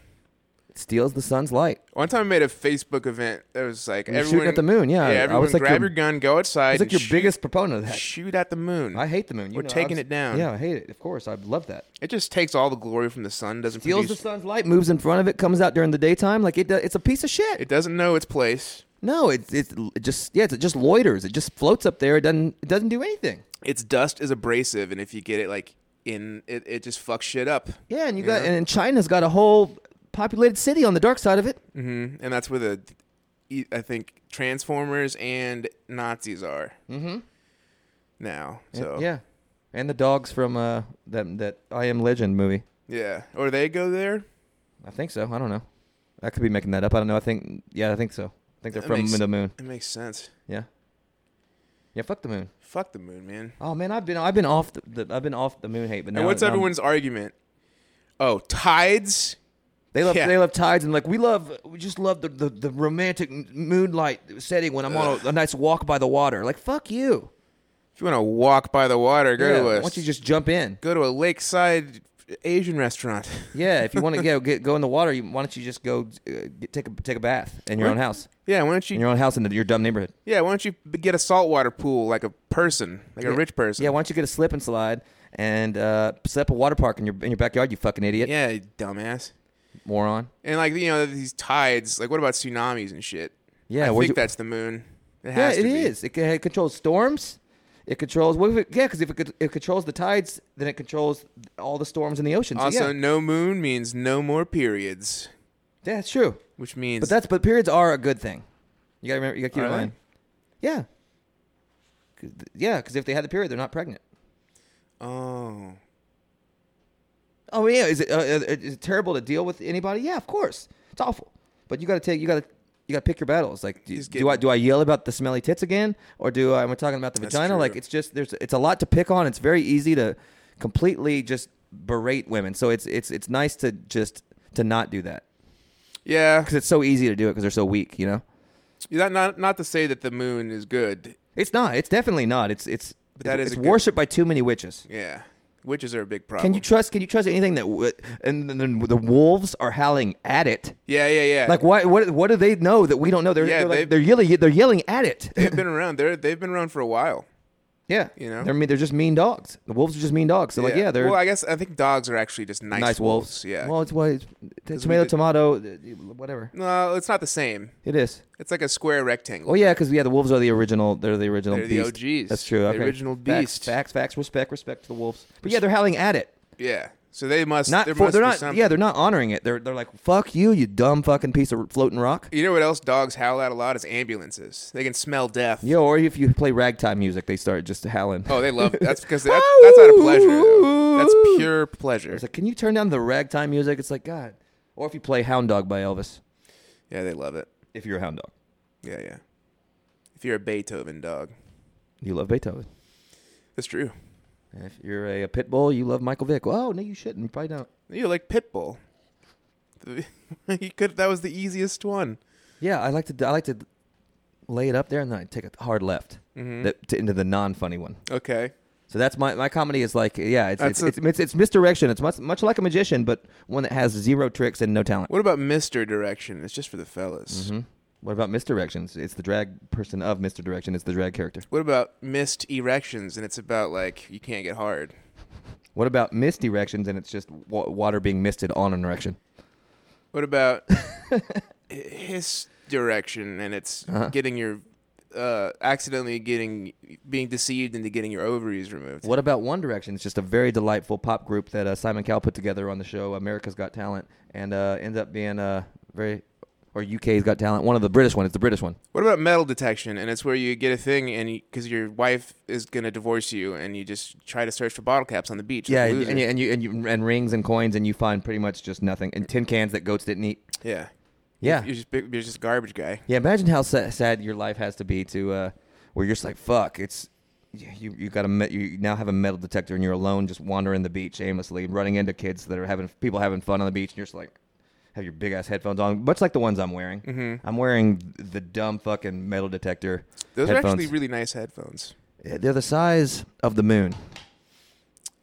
Speaker 2: It steals the sun's light.
Speaker 1: One time I made a Facebook event that was like
Speaker 2: You're shooting
Speaker 1: everyone
Speaker 2: at the moon, yeah.
Speaker 1: yeah.
Speaker 2: I
Speaker 1: Everyone
Speaker 2: was like
Speaker 1: grab
Speaker 2: your-
Speaker 1: your gun, go outside.
Speaker 2: It's like
Speaker 1: and
Speaker 2: your
Speaker 1: shoot,
Speaker 2: biggest proponent of that.
Speaker 1: Shoot at the moon.
Speaker 2: I hate the moon. You
Speaker 1: We're
Speaker 2: know,
Speaker 1: taking
Speaker 2: I'm-
Speaker 1: it down.
Speaker 2: Yeah, I hate it. Of course, I love that.
Speaker 1: it just takes all the glory from the sun. Doesn't
Speaker 2: Steals the
Speaker 1: produce,
Speaker 2: sun's light, moves in front of it, comes out during the daytime. Like it, do- it's a piece of shit.
Speaker 1: It doesn't know its place.
Speaker 2: no, it's it's it just yeah, it's, it just loiters. It just floats up there. It doesn't it doesn't do anything.
Speaker 1: Its dust is abrasive, and if you get it like in, it, it just fucks shit up.
Speaker 2: Yeah, and you got
Speaker 1: know?
Speaker 2: and China's got a whole populated city on the dark side of it.
Speaker 1: hmm and that's where the e- I think Transformers and Nazis are
Speaker 2: Mm-hmm.
Speaker 1: now. So
Speaker 2: yeah, and the dogs from uh that that I Am Legend movie.
Speaker 1: yeah. Or they go there.
Speaker 2: I think so. I don't know. I could be making that up. I don't know. I think yeah, I think so. I think they're
Speaker 1: That
Speaker 2: from
Speaker 1: makes-
Speaker 2: the moon.
Speaker 1: It makes sense.
Speaker 2: Yeah. Yeah, fuck the moon.
Speaker 1: Fuck the moon, man.
Speaker 2: Oh man, I've been I've been off the, the I've been off the moon hate, but now
Speaker 1: and what's
Speaker 2: now I'm-
Speaker 1: everyone's argument? Oh, tides.
Speaker 2: They love
Speaker 1: Yeah.
Speaker 2: they love tides and like we love we just love the the, the romantic m- moonlight setting when I'm on a, a nice walk by the water. Like fuck you.
Speaker 1: If you want to walk by the water, go
Speaker 2: Yeah,
Speaker 1: to
Speaker 2: why
Speaker 1: a
Speaker 2: don't you just jump in?
Speaker 1: go to a lakeside
Speaker 2: [LAUGHS]
Speaker 1: Asian restaurant.
Speaker 2: Yeah, if you
Speaker 1: [LAUGHS]
Speaker 2: want to go get go in the water, you, why don't you just go uh, get, take a take a bath in your own house
Speaker 1: Yeah, why don't
Speaker 2: in
Speaker 1: you?
Speaker 2: your own house in the, your dumb neighborhood?
Speaker 1: Yeah, why don't you b- get a saltwater pool like a person, like a
Speaker 2: Yeah.
Speaker 1: rich person?
Speaker 2: Yeah, why don't you get a slip and slide and uh, set up a water park in your in your backyard? You fucking idiot,
Speaker 1: yeah, you dumbass.
Speaker 2: moron.
Speaker 1: And like you know these tides, like what about tsunamis and shit?
Speaker 2: Yeah,
Speaker 1: I
Speaker 2: where'd
Speaker 1: think
Speaker 2: you-
Speaker 1: that's the moon. It
Speaker 2: Yeah,
Speaker 1: has
Speaker 2: it
Speaker 1: to be.
Speaker 2: is. It, ca- it controls storms. It controls. What if it, yeah, because if it, could- it controls the tides, then it controls all the storms in the ocean. So,
Speaker 1: Also,
Speaker 2: yeah.
Speaker 1: no moon means no more periods,
Speaker 2: Yeah, that's true.
Speaker 1: which means
Speaker 2: But that's but periods are a good thing. You gotta remember. You gotta keep
Speaker 1: Are
Speaker 2: in
Speaker 1: they?
Speaker 2: mind. Yeah. 'Cause th- Yeah, because if they had the period, they're not pregnant.
Speaker 1: oh.
Speaker 2: Oh yeah, is it, uh, uh, is it terrible to deal with anybody? Yeah, of course, it's awful. But you gotta take. You gotta. You gotta pick your battles. Like, do,
Speaker 1: Just
Speaker 2: do I
Speaker 1: getting-
Speaker 2: do I yell about the smelly tits again, or do I? Am I talking about the
Speaker 1: That's
Speaker 2: vagina? Like,
Speaker 1: true.
Speaker 2: it's just there's. It's a lot to pick on. It's very easy to completely just berate women. So it's it's it's nice to just to not do that
Speaker 1: Yeah,
Speaker 2: because it's so easy to do it because they're so weak. You know.
Speaker 1: not, not not to say that the moon is good.
Speaker 2: It's not. It's definitely not. It's it's
Speaker 1: But that
Speaker 2: it's,
Speaker 1: is
Speaker 2: it's
Speaker 1: a good-
Speaker 2: worshipped by too many witches.
Speaker 1: Yeah, witches are a big problem.
Speaker 2: Can you trust? Can you trust anything that? w- And then the wolves are howling at it.
Speaker 1: yeah, yeah, yeah.
Speaker 2: Like why? What? What do they know that we don't know? They're
Speaker 1: Yeah,
Speaker 2: they're, like,
Speaker 1: they've-
Speaker 2: they're yelling. They're yelling at it.
Speaker 1: [LAUGHS] they've been around. They're they've been around for a while.
Speaker 2: yeah,
Speaker 1: You know?
Speaker 2: They're mean. They're just mean dogs. The wolves are just mean dogs. So like yeah, they're
Speaker 1: well. I guess I think dogs are actually just nice,
Speaker 2: nice wolves.
Speaker 1: Yeah.
Speaker 2: Well, it's what it's,
Speaker 1: we
Speaker 2: tomato
Speaker 1: did-
Speaker 2: tomato uh, whatever
Speaker 1: no, it's not the same.
Speaker 2: it is.
Speaker 1: It's like a square rectangle.
Speaker 2: Oh yeah, because yeah, the wolves are the original. They're the original.
Speaker 1: They're the
Speaker 2: beast.
Speaker 1: OGs.
Speaker 2: That's true.
Speaker 1: The
Speaker 2: okay.
Speaker 1: original
Speaker 2: Facts,
Speaker 1: beast.
Speaker 2: Facts. Facts. Respect. Respect to the wolves. But yeah, they're howling at it.
Speaker 1: Yeah. So they must.
Speaker 2: not
Speaker 1: there
Speaker 2: for,
Speaker 1: must
Speaker 2: they're
Speaker 1: be
Speaker 2: not
Speaker 1: something.
Speaker 2: yeah they're not honoring it they're they're like fuck you you dumb fucking piece of floating rock
Speaker 1: You know what else dogs howl at a lot is ambulances. They can smell death.
Speaker 2: yeah or if you play ragtime music they start just howling
Speaker 1: Oh, they love.
Speaker 2: [LAUGHS]
Speaker 1: That's because that's, that's out of pleasure. Though. That's pure pleasure.
Speaker 2: it's like can you turn down the ragtime music it's like god or if you play hound dog by elvis
Speaker 1: Yeah, they love it.
Speaker 2: if you're a hound dog
Speaker 1: Yeah, yeah. If you're a Beethoven dog,
Speaker 2: You love Beethoven.
Speaker 1: that's true.
Speaker 2: And if you're a, a pit bull, you love Michael Vick. Oh no, you shouldn't. You probably don't.
Speaker 1: You like Pitbull. [LAUGHS] you could. That was the easiest one.
Speaker 2: Yeah, I like to I like to lay it up there and then I take a hard left
Speaker 1: Hmm.
Speaker 2: that, to, into the non-funny one.
Speaker 1: Mm-hmm. Okay.
Speaker 2: So that's my my comedy is like yeah, it's
Speaker 1: That's
Speaker 2: it's,
Speaker 1: a-
Speaker 2: it's, it's, it's misdirection. It's much much like a magician, but one that has zero tricks and no talent.
Speaker 1: What about Mister Direction? It's just for the fellas.
Speaker 2: What about misdirections? It's the drag person of misdirection. It's the drag character.
Speaker 1: What about missed erections? And it's about like you can't get hard.
Speaker 2: What about misdirections? And it's just wa- water being misted on an erection. [LAUGHS]
Speaker 1: What about his direction? And it's
Speaker 2: Uh-huh.
Speaker 1: getting your uh, accidentally getting being deceived into getting your ovaries removed.
Speaker 2: What about One Direction? It's just a very delightful pop group that uh, Simon Cowell put together on the show America's Got Talent, and uh, ends up being uh, very or UK's Got Talent. One of the British one. It's the British one.
Speaker 1: What about metal detection? And it's where you get a thing, and because your wife is gonna divorce you, and you just try to search for bottle caps on the beach.
Speaker 2: Yeah,
Speaker 1: Like a
Speaker 2: and,
Speaker 1: loser.
Speaker 2: and, you, and you and you and rings and coins, and you find pretty much just nothing and tin cans that goats didn't eat.
Speaker 1: yeah,
Speaker 2: Yeah,
Speaker 1: You're just big- you're just a garbage guy.
Speaker 2: yeah. Imagine how sa- sad your life has to be to uh, where you're just like fuck. It's you you got a me- you now have a metal detector, and you're alone, just wandering the beach aimlessly, running into kids that are having people having fun on the beach, and you're just like. Have your big ass headphones on, much like the ones I'm wearing. Mm-hmm. I'm wearing the dumb fucking metal detector
Speaker 1: Those
Speaker 2: headphones.
Speaker 1: are actually really nice headphones.
Speaker 2: Yeah, They're the size of the moon.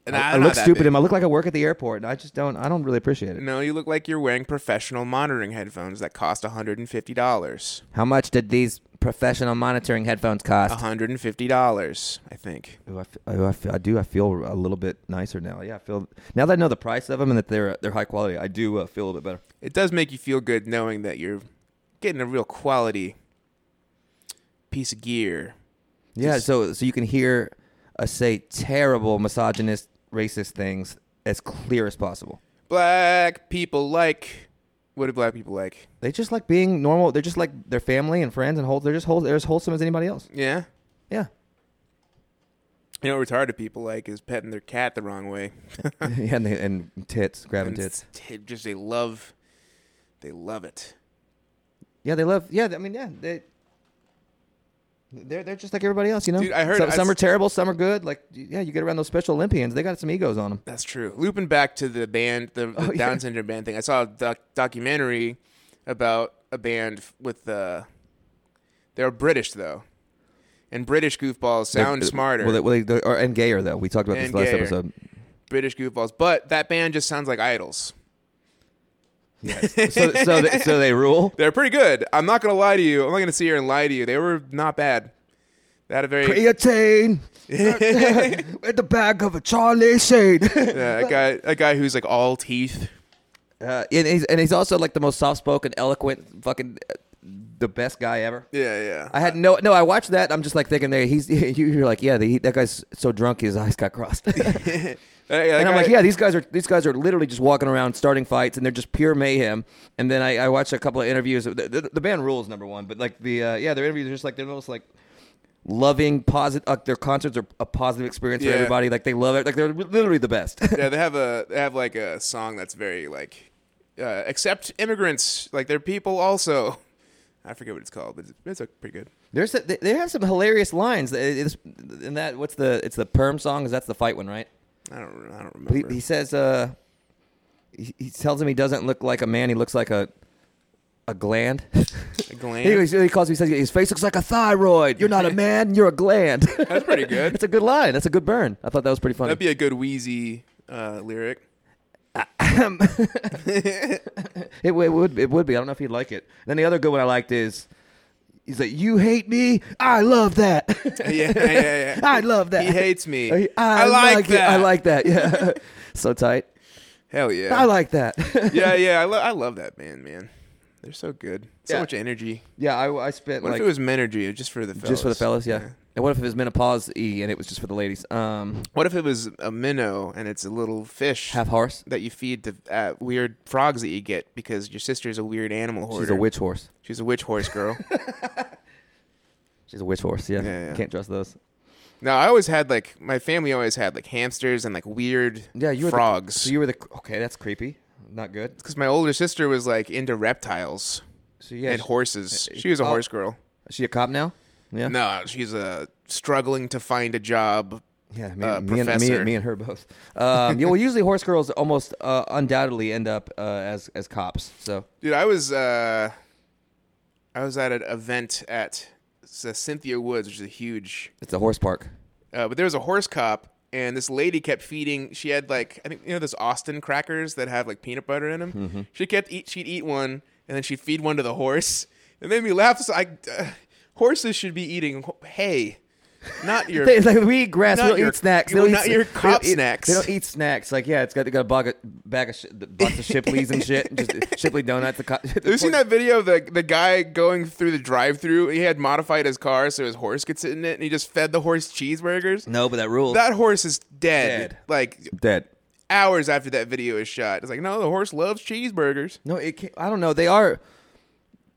Speaker 1: And
Speaker 2: I, I
Speaker 1: I'm not
Speaker 2: look
Speaker 1: that
Speaker 2: stupid.
Speaker 1: big.
Speaker 2: and I look like I work at the airport, and I just don't. I don't really appreciate it.
Speaker 1: No, you look like you're wearing professional monitoring headphones that cost $150.
Speaker 2: How much did these professional monitoring headphones cost?
Speaker 1: $150, I think.
Speaker 2: Ooh, I, f- ooh, I f- I do. I feel a little bit nicer now. Yeah, I feel now that I know the price of them and that they're they're high quality. I do uh, feel a little bit better.
Speaker 1: It does make you feel good knowing that you're getting a real quality piece of gear.
Speaker 2: Yeah.
Speaker 1: Just-
Speaker 2: So so you can hear us say terrible misogynist, racist things as clear as possible.
Speaker 1: Black people like. What do black people like?
Speaker 2: They just like being normal. They're just like their family and friends and whole. They're just whole. They're as wholesome as anybody else.
Speaker 1: Yeah.
Speaker 2: [LAUGHS] Yeah.
Speaker 1: You know what retarded people like is petting their cat the wrong way.
Speaker 2: yeah. And, they, and tits, grabbing
Speaker 1: And
Speaker 2: tits.
Speaker 1: t- just they love, they love it.
Speaker 2: Yeah, they love. Yeah, I mean, yeah, they. They're they're just like everybody else, you know.
Speaker 1: Dude, I heard-
Speaker 2: some,
Speaker 1: I
Speaker 2: some
Speaker 1: s-
Speaker 2: are terrible, some are good. Like, yeah, you get around those Special Olympians, they got some egos on them.
Speaker 1: That's true. Looping back to the band, the, the
Speaker 2: Oh, yeah.
Speaker 1: Down syndrome band thing, I saw a doc- documentary about a band f- with Uh, they're British though, and British goofballs sound smarter.
Speaker 2: Well, they, well they, they are, and gayer though. We talked about this
Speaker 1: And
Speaker 2: last
Speaker 1: gayer. [LAUGHS]
Speaker 2: episode.
Speaker 1: British goofballs, but that band just sounds like idols.
Speaker 2: So so they, so they rule.
Speaker 1: They're pretty good. I'm not gonna lie to you. I'm not gonna sit here and lie to you. They were not bad. [LAUGHS] They had a very uh, [LAUGHS]
Speaker 2: Creatine [LAUGHS] at the back of a Charlie Shade.
Speaker 1: yeah, a guy a guy who's like all teeth.
Speaker 2: [LAUGHS] Uh, and he's and he's also like the most soft spoken, eloquent, fucking, uh, the best guy ever.
Speaker 1: Yeah, yeah. [LAUGHS]
Speaker 2: I had no no. I watched that. I'm just like thinking, there he's [LAUGHS] you- you're like, yeah, the, that guy's so drunk his eyes got crossed. [LAUGHS]
Speaker 1: Uh, yeah, that
Speaker 2: and I'm
Speaker 1: guy-
Speaker 2: like, yeah, these guys are these guys are literally just walking around starting fights, and they're just pure mayhem. And then I, I watched a couple of interviews. The, the, the band rules number one, but like the uh, yeah, their interviews are just like they're almost like loving positive. Uh, their concerts are a positive experience
Speaker 1: Yeah.
Speaker 2: for everybody. Like they love it. Like they're literally the best. [LAUGHS]
Speaker 1: yeah, they have a they have like a song that's very like uh, accept immigrants like they're people also. I forget what it's called, but it's, it's like, pretty good.
Speaker 2: There's a, they- they have some hilarious lines. It- it's- and that what's the it's the perm song? Is that's the fight one, right?
Speaker 1: I don't I don't
Speaker 2: He,
Speaker 1: remember.
Speaker 2: he says uh, he, he tells him he doesn't look like a man. He looks like a a gland. [LAUGHS]
Speaker 1: A gland?
Speaker 2: He, he calls me. He says his face looks like a thyroid. You're
Speaker 1: [LAUGHS]
Speaker 2: not a man. You're a gland. [LAUGHS]
Speaker 1: That's pretty good.
Speaker 2: That's a good line. That's a good burn. I thought that was pretty funny.
Speaker 1: That'd be a good wheezy uh, lyric.
Speaker 2: it, w- it would. It would be. I don't know if he'd like it. Then the other good one I liked is. He's like, you hate me. I love that. [LAUGHS]
Speaker 1: Yeah, yeah, yeah.
Speaker 2: I love that.
Speaker 1: He hates me.
Speaker 2: I, I
Speaker 1: like,
Speaker 2: like, it.
Speaker 1: that.
Speaker 2: I like that. Yeah, [LAUGHS] so tight.
Speaker 1: Hell yeah.
Speaker 2: I like that. [LAUGHS]
Speaker 1: [LAUGHS] Yeah, yeah. I, lo- I love that band, man. They're so good. So
Speaker 2: Yeah.
Speaker 1: much energy.
Speaker 2: yeah, I, I spent
Speaker 1: What
Speaker 2: like
Speaker 1: if it was Menergy just for the fellas?
Speaker 2: just for the fellas. Yeah. And what if it was menopause e and it was just for the ladies? Um,
Speaker 1: What if it was a minnow and it's a little fish?
Speaker 2: half horse.
Speaker 1: that you feed the uh, weird frogs that you get because your sister's a weird animal hoarder.
Speaker 2: She's a witch horse.
Speaker 1: She's a witch
Speaker 2: [LAUGHS]
Speaker 1: horse girl.
Speaker 2: She's a witch horse. Yeah,
Speaker 1: Yeah, yeah.
Speaker 2: can't trust those.
Speaker 1: no, I always had like my family always had like hamsters and like weird
Speaker 2: Yeah, you were the-
Speaker 1: frogs.
Speaker 2: So you were the okay. That's creepy. Not good.
Speaker 1: because my older sister was like into reptiles
Speaker 2: So yeah,
Speaker 1: and
Speaker 2: she-
Speaker 1: horses. She was a
Speaker 2: Oh. [LAUGHS]
Speaker 1: horse girl.
Speaker 2: Is she a cop now? Yeah.
Speaker 1: No, she's uh, struggling to find a job.
Speaker 2: Yeah, me,
Speaker 1: uh,
Speaker 2: me, and, me,
Speaker 1: professor.
Speaker 2: and- me and her both. Um, yeah, well, usually horse girls almost uh, undoubtedly end up uh, as as cops. So
Speaker 1: Dude, I was uh, I was at an event at S- Cynthia Woods, which is a huge
Speaker 2: it's a horse park.
Speaker 1: Uh, but there was a horse cop, and this lady kept feeding. She had like I think you know those Austin crackers that have like peanut butter in them.
Speaker 2: Mm-hmm.
Speaker 1: She kept eat. She'd eat one, and then she'd feed one to the horse. It made me laugh. So I, uh, horses should be eating ho- hay,
Speaker 2: [LAUGHS]
Speaker 1: not your.
Speaker 2: They, like, we eat grass.
Speaker 1: Not
Speaker 2: we don't
Speaker 1: your-
Speaker 2: eat snacks.
Speaker 1: you-
Speaker 2: they don't
Speaker 1: not
Speaker 2: eat,
Speaker 1: your
Speaker 2: they don't
Speaker 1: cop
Speaker 2: eat-
Speaker 1: snacks.
Speaker 2: They don't eat snacks. Like yeah, it's got they got a bag of, bag of sh- the box of Shipley's and shit.
Speaker 1: [LAUGHS]
Speaker 2: Just Shipley donuts. The co- [LAUGHS]
Speaker 1: Have you seen that video of the, the guy going through the drive through? He had modified his car so his horse could sit in it, and he just fed the horse cheeseburgers.
Speaker 2: No, but that rules.
Speaker 1: That horse is dead.
Speaker 2: Dead.
Speaker 1: Like
Speaker 2: Dead.
Speaker 1: hours after that video is shot, it's like no, the horse loves cheeseburgers.
Speaker 2: No, it can't, I don't know. They are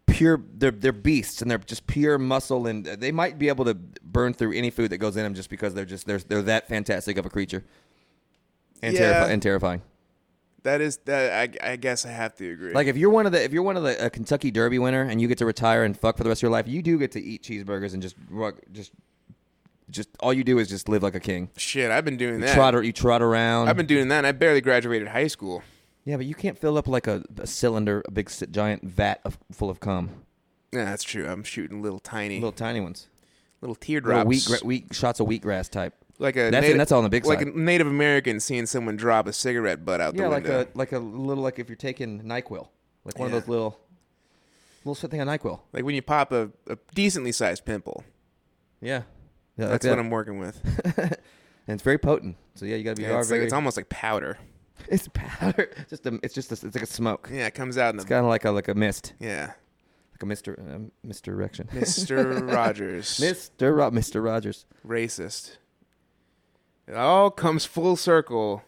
Speaker 2: pure. They're they're beasts, and they're just pure muscle, and they might be able to burn through any food that goes in them just because they're just they're they're that fantastic of a creature. And,
Speaker 1: Yeah.
Speaker 2: terrifi- and terrifying.
Speaker 1: That is that. I, I guess I have to agree.
Speaker 2: Like if you're one of the if you're one of the a Kentucky Derby winner and you get to retire and fuck for the rest of your life, you do get to eat cheeseburgers and just rock- just just all you do is just live like a king.
Speaker 1: shit, I've been doing that.
Speaker 2: Trot ar- you trot around.
Speaker 1: I've been doing that. and I barely graduated high school.
Speaker 2: yeah, but you can't fill up like a, a cylinder, a big si- giant vat of full of cum.
Speaker 1: Yeah, that's true. I'm shooting little tiny,
Speaker 2: Little
Speaker 1: little,
Speaker 2: tiny ones.
Speaker 1: teardrops,
Speaker 2: Little wheat, gra- wheat shots of wheatgrass type.
Speaker 1: like a
Speaker 2: That's-
Speaker 1: native,
Speaker 2: that's all on the big
Speaker 1: like
Speaker 2: side.
Speaker 1: a Native American seeing someone drop a cigarette butt out
Speaker 2: Yeah,
Speaker 1: the
Speaker 2: like
Speaker 1: window.
Speaker 2: a like a little like if you're taking Nyquil, like one
Speaker 1: Yeah.
Speaker 2: of those little little shit thing on Nyquil.
Speaker 1: like when you pop a, a decently sized pimple.
Speaker 2: Yeah, Uh, yeah, like
Speaker 1: That's
Speaker 2: that.
Speaker 1: what I'm working with.
Speaker 2: [LAUGHS] And it's very potent. So yeah, you gotta be
Speaker 1: Yeah,
Speaker 2: are
Speaker 1: it's, like,
Speaker 2: very.
Speaker 1: it's almost like powder.
Speaker 2: [LAUGHS] it's powder. Just a, it's just a, it's like a smoke.
Speaker 1: Yeah, it comes out in the
Speaker 2: It's kind of like a like a mist,
Speaker 1: yeah.
Speaker 2: like a Mister uh, Mister Erection.
Speaker 1: Mister
Speaker 2: [LAUGHS]
Speaker 1: Rogers,
Speaker 2: Mister Ro- Mister Rogers.
Speaker 1: racist. It all comes full circle.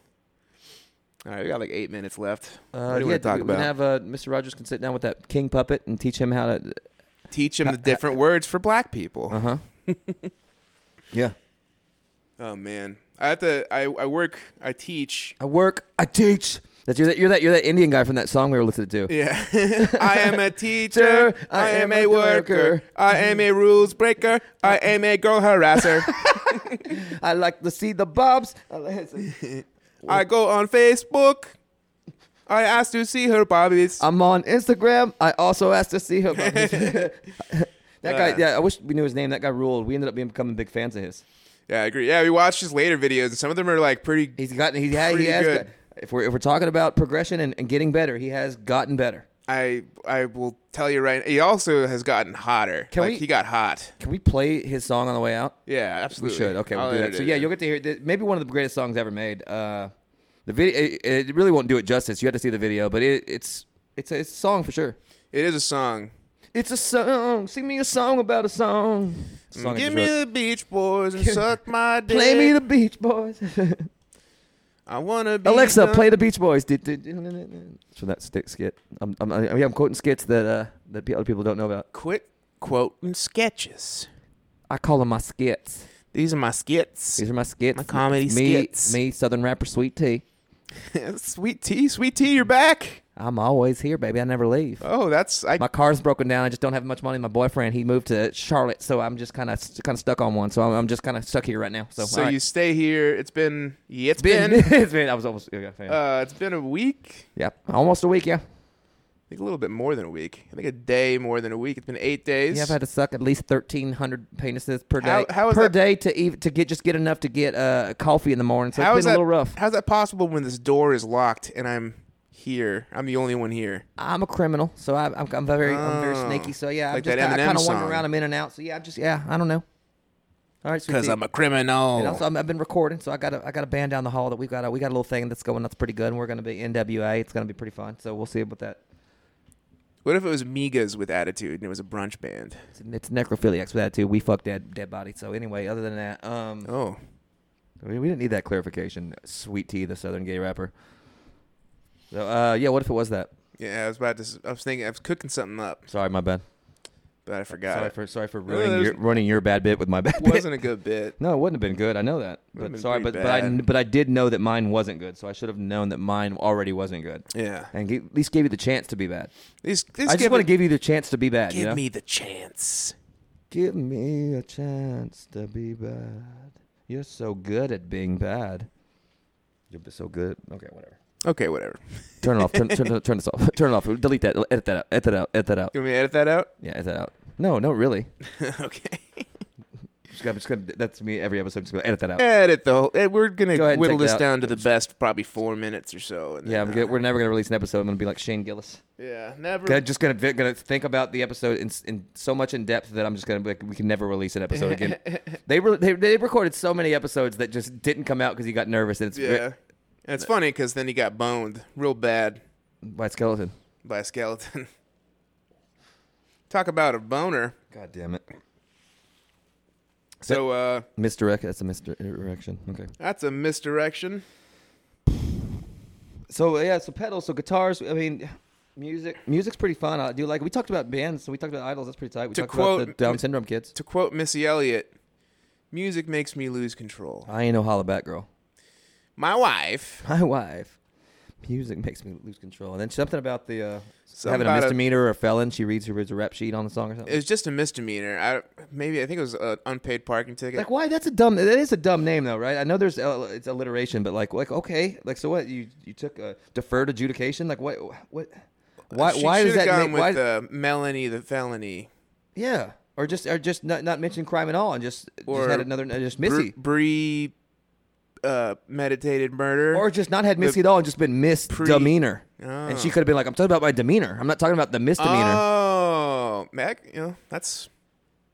Speaker 1: All right, we got like eight minutes left. what Uh, do you
Speaker 2: yeah,
Speaker 1: want to talk
Speaker 2: we,
Speaker 1: about?
Speaker 2: We have uh, Mr. Rogers can sit down with that king puppet and teach him how to.
Speaker 1: Teach him the different words for black people.
Speaker 2: Uh huh. yeah.
Speaker 1: Oh man, I have to. I, I work. I teach.
Speaker 2: I work. I teach. That you're that you're that you're that Indian guy from that song we were listening to.
Speaker 1: Yeah, [LAUGHS] I am a teacher. I, am, a worker.
Speaker 2: worker. Uh,
Speaker 1: I am a rules breaker. I am a girl
Speaker 2: [LAUGHS]
Speaker 1: harasser.
Speaker 2: I like to see the bobs. I like to-
Speaker 1: I go on Facebook. I ask to see her bobbies.
Speaker 2: I'm on Instagram. I also asked to
Speaker 1: [LAUGHS]
Speaker 2: see him. [LAUGHS] that guy,
Speaker 1: Uh.
Speaker 2: yeah, I wish we knew his name. That guy ruled. We ended up being becoming big fans of his.
Speaker 1: yeah, I agree. Yeah, we watched his later videos, and some of them are like pretty.
Speaker 2: He's gotten, he, had, he
Speaker 1: Pretty
Speaker 2: has,
Speaker 1: good.
Speaker 2: if we're, if we're talking about progression and, and getting better, he has gotten better.
Speaker 1: I I will tell you right. He also has gotten hotter.
Speaker 2: Can
Speaker 1: like
Speaker 2: we-
Speaker 1: he got hot.
Speaker 2: Can we play his song on the way out?
Speaker 1: Yeah,
Speaker 2: We
Speaker 1: absolutely.
Speaker 2: should. Okay, we'll
Speaker 1: I'll
Speaker 2: do that.
Speaker 1: edit
Speaker 2: So
Speaker 1: it
Speaker 2: yeah,
Speaker 1: in.
Speaker 2: you'll get to hear th- maybe one of the greatest songs ever made. Uh, the video, it, it really won't do it justice. You had to see the video, but it, it's it's a, it's a song for sure.
Speaker 1: It is a song.
Speaker 2: It's a song. Sing me a song about a song. Song I
Speaker 1: Give
Speaker 2: just
Speaker 1: me
Speaker 2: wrote.
Speaker 1: the Beach Boys and suck my dick.
Speaker 2: Play me the Beach Boys.
Speaker 1: I wanna be
Speaker 2: Alexa,
Speaker 1: the-
Speaker 2: play the Beach Boys. So that stick skit. I'm, I'm, I mean, I'm quoting skits that uh, that pe- other people don't know about.
Speaker 1: quit quoting sketches.
Speaker 2: I call them my skits.
Speaker 1: These are my skits.
Speaker 2: These are my skits.
Speaker 1: My comedy
Speaker 2: It's me, [LAUGHS]
Speaker 1: skits.
Speaker 2: Me, Southern rapper Sweet Tea.
Speaker 1: [LAUGHS] sweet tea, sweet tea, you're back.
Speaker 2: I'm always here, baby. I never leave.
Speaker 1: Oh, that's I.
Speaker 2: My car's broken down. I just don't have much money. My boyfriend he moved to Charlotte, so I'm just kind of kind of stuck on one. So I'm, I'm just kind of stuck here right now. So,
Speaker 1: so
Speaker 2: all right.
Speaker 1: you stay here. It's been yeah, it's
Speaker 2: been, [LAUGHS]
Speaker 1: been
Speaker 2: it's been I was almost yeah, yeah.
Speaker 1: uh, it's been a week.
Speaker 2: yeah almost a week. Yeah,
Speaker 1: I think a little bit more than a week. I think a day more than a week. It's been eight days.
Speaker 2: Yeah, I've had to suck at least thirteen hundred penises per
Speaker 1: How-
Speaker 2: day.
Speaker 1: how is
Speaker 2: per
Speaker 1: that-
Speaker 2: day to even to get just get enough to get uh, coffee in the morning. So
Speaker 1: How
Speaker 2: it's
Speaker 1: is
Speaker 2: been a
Speaker 1: that-
Speaker 2: little rough.
Speaker 1: How's that possible when this door is locked and I'm here? I'm the only one here.
Speaker 2: I'm a criminal, so I, I'm, I'm very I'm very
Speaker 1: Oh.
Speaker 2: snaky. So yeah,
Speaker 1: Like
Speaker 2: I'm
Speaker 1: that
Speaker 2: just, I
Speaker 1: Eminem
Speaker 2: kind of
Speaker 1: song.
Speaker 2: wander around. I'm in and out. So yeah, I'm just yeah, I don't know. All right,
Speaker 1: Because
Speaker 2: because
Speaker 1: I'm a criminal.
Speaker 2: And also, I'm, I've been recording, so I got a I got a band down the hall that we've got a we got a little thing that's going that's pretty good, and we're going to be NWA. It's going to be pretty fun. So we'll see about that.
Speaker 1: what if it was Migas with attitude and it was a brunch band?
Speaker 2: It's, it's necrophiliacs with that too. We fuck dead dead body. So anyway, other than that, um,
Speaker 1: Oh,
Speaker 2: We, we didn't need that clarification. Sweet Tea, the Southern gay rapper. So, uh, yeah, what if it was that?
Speaker 1: yeah. I was about to. s- I was thinking. I was cooking something up,
Speaker 2: Sorry, my bad.
Speaker 1: but I forgot.
Speaker 2: sorry
Speaker 1: it.
Speaker 2: for sorry for
Speaker 1: No,
Speaker 2: ruining
Speaker 1: there's-
Speaker 2: your running your bad bit with my bad bit.
Speaker 1: wasn't a good bit.
Speaker 2: No, it wouldn't have been good. I know that.
Speaker 1: Would've
Speaker 2: But
Speaker 1: been
Speaker 2: sorry, but
Speaker 1: pretty
Speaker 2: but I,
Speaker 1: bad.
Speaker 2: but I did know that mine wasn't good, so I should have known that mine already wasn't good,
Speaker 1: Yeah.
Speaker 2: and g- at least gave you the chance to be bad.
Speaker 1: These,
Speaker 2: I just want to give you the chance to be bad. you know?
Speaker 1: me the chance.
Speaker 2: Give me a chance to be bad. You're so good at being bad. You're so good. Okay, whatever.
Speaker 1: Okay, whatever.
Speaker 2: Turn it off. Turn, turn, turn, turn this off. [LAUGHS] Turn it off. Delete that. Edit that out. Edit that out. Edit that out.
Speaker 1: You want me to edit that out? [LAUGHS]
Speaker 2: Yeah, edit that out. No, no, really.
Speaker 1: okay.
Speaker 2: Just gotta, just gotta, that's me every episode. Just gonna edit that out.
Speaker 1: Edit the whole. eh, We're gonna
Speaker 2: Go ahead and
Speaker 1: whittle
Speaker 2: take it
Speaker 1: this
Speaker 2: out.
Speaker 1: down to the best, probably four minutes or so. And
Speaker 2: Yeah, I'm
Speaker 1: then,
Speaker 2: good. we're never gonna release an episode. I'm gonna be like Shane Gillis.
Speaker 1: uh, yeah, never.
Speaker 2: Gonna- just gonna gonna think about the episode in, in so much in depth that I'm just gonna be like, we can never release an episode [LAUGHS] again. they, re- they they recorded so many episodes that just didn't come out because he got nervous and it's
Speaker 1: yeah, and it's funny because then he got boned real bad
Speaker 2: by a skeleton.
Speaker 1: by a skeleton. [LAUGHS] Talk about a boner.
Speaker 2: God damn it,
Speaker 1: So uh,
Speaker 2: misdirect. That's a misdirection. Okay.
Speaker 1: that's a misdirection.
Speaker 2: So uh, yeah, so pedals, so guitars. I mean, music. Music's pretty fun. I do like. We talked about bands. So we talked about idols. That's pretty tight. We
Speaker 1: To
Speaker 2: talked
Speaker 1: quote-
Speaker 2: about the Down syndrome kids.
Speaker 1: To quote Missy Elliott, "Music makes me lose control."
Speaker 2: I ain't no hollaback girl. [LAUGHS]
Speaker 1: My wife.
Speaker 2: My wife. Music makes me lose control. And then something about the uh,
Speaker 1: Something
Speaker 2: having a
Speaker 1: about a-
Speaker 2: misdemeanor or a felon. She reads her reads a rap sheet on the song or something.
Speaker 1: It was just a misdemeanor. I maybe I think it was an unpaid parking ticket.
Speaker 2: like why? That's a dumb. That is a dumb name though, right? I know there's uh, it's alliteration, but like like okay, like so what? You you took a deferred adjudication. Like what what? Why
Speaker 1: She
Speaker 2: why does that
Speaker 1: should've gone
Speaker 2: make,
Speaker 1: with
Speaker 2: why,
Speaker 1: uh, Melanie the felony
Speaker 2: Yeah, or just or just not not mention crime at all, and just
Speaker 1: Or
Speaker 2: just had another uh, just
Speaker 1: Br-
Speaker 2: Missy,
Speaker 1: Bree uh, meditated murder
Speaker 2: or just not had
Speaker 1: uh,
Speaker 2: Missy at all, and just been misdemeanor. And she could have been like, "I'm talking about my demeanor. I'm not talking about the misdemeanor."
Speaker 1: Uh, Oh, Mac, you know that's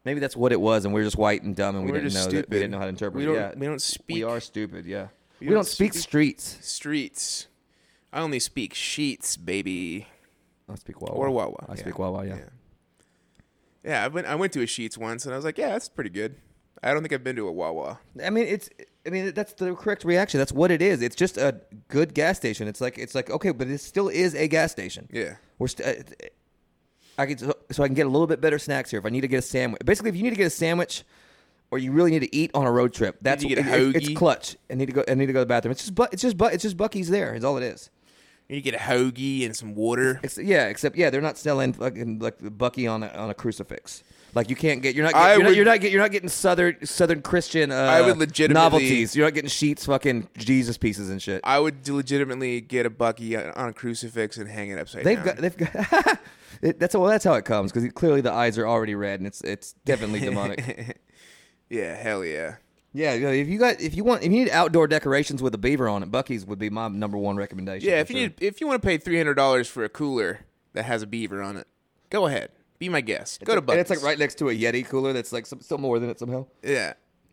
Speaker 2: Maybe that's what it was, and we were just white and dumb, and we
Speaker 1: We're
Speaker 2: didn't know
Speaker 1: just
Speaker 2: that, we
Speaker 1: stupid.
Speaker 2: didn't know how to interpret.
Speaker 1: we
Speaker 2: it.
Speaker 1: don't
Speaker 2: Yeah.
Speaker 1: we don't speak
Speaker 2: We are stupid. Yeah, we,
Speaker 1: don't
Speaker 2: don't speak,
Speaker 1: speak-
Speaker 2: streets.
Speaker 1: streets. I only speak sheets, baby.
Speaker 2: I speak Wawa.
Speaker 1: Or Wawa,
Speaker 2: I
Speaker 1: yeah.
Speaker 2: speak Wawa. Yeah.
Speaker 1: Yeah. Yeah, I went I went to a sheets once, and I was like, yeah, that's pretty good. I don't think I've been to a Wawa.
Speaker 2: I mean, it's. I mean, that's the correct reaction. That's what it is. It's just a good gas station. It's like it's like okay, but it still is a gas station.
Speaker 1: Yeah,
Speaker 2: We're st- I can so I can get a little bit better snacks here if I need to get a sandwich. Basically, if you need to get a sandwich, or you really need to eat on a road trip, that's
Speaker 1: to get a
Speaker 2: it- it's
Speaker 1: hoagie?
Speaker 2: clutch. I need to go. I need to go to the bathroom. It's just but it's just but it's just Bucky's there. Is all it is.
Speaker 1: you get a hoagie and some water.
Speaker 2: Ex- yeah, except yeah, they're not selling fucking like the Bucky on a, on a crucifix. Like you can't get you're not get,
Speaker 1: I
Speaker 2: you're, not,
Speaker 1: would-
Speaker 2: you're not get, you're not getting southern southern Christian uh,
Speaker 1: I would legitimately-
Speaker 2: novelties. You're not getting sheets, fucking Jesus pieces and shit.
Speaker 1: I would legitimately get a bucky on on a crucifix and hang it upside
Speaker 2: They've got
Speaker 1: down.
Speaker 2: they've got [LAUGHS] it, that's well that's how it comes because clearly the eyes are already red and it's it's
Speaker 1: [LAUGHS]
Speaker 2: definitely demonic.
Speaker 1: yeah, hell yeah.
Speaker 2: Yeah, you know, if you got if you want if you need outdoor decorations with a beaver on it, Bucky's would be my number one recommendation.
Speaker 1: Yeah,
Speaker 2: for
Speaker 1: if you
Speaker 2: sure.
Speaker 1: need, if you want to pay three hundred dollars for a cooler that has a beaver on it, go ahead. Be my guest. Go to
Speaker 2: and
Speaker 1: Bucky's.
Speaker 2: it's like right next to a Yeti cooler that's like some, still more than it somehow.
Speaker 1: Yeah, [LAUGHS]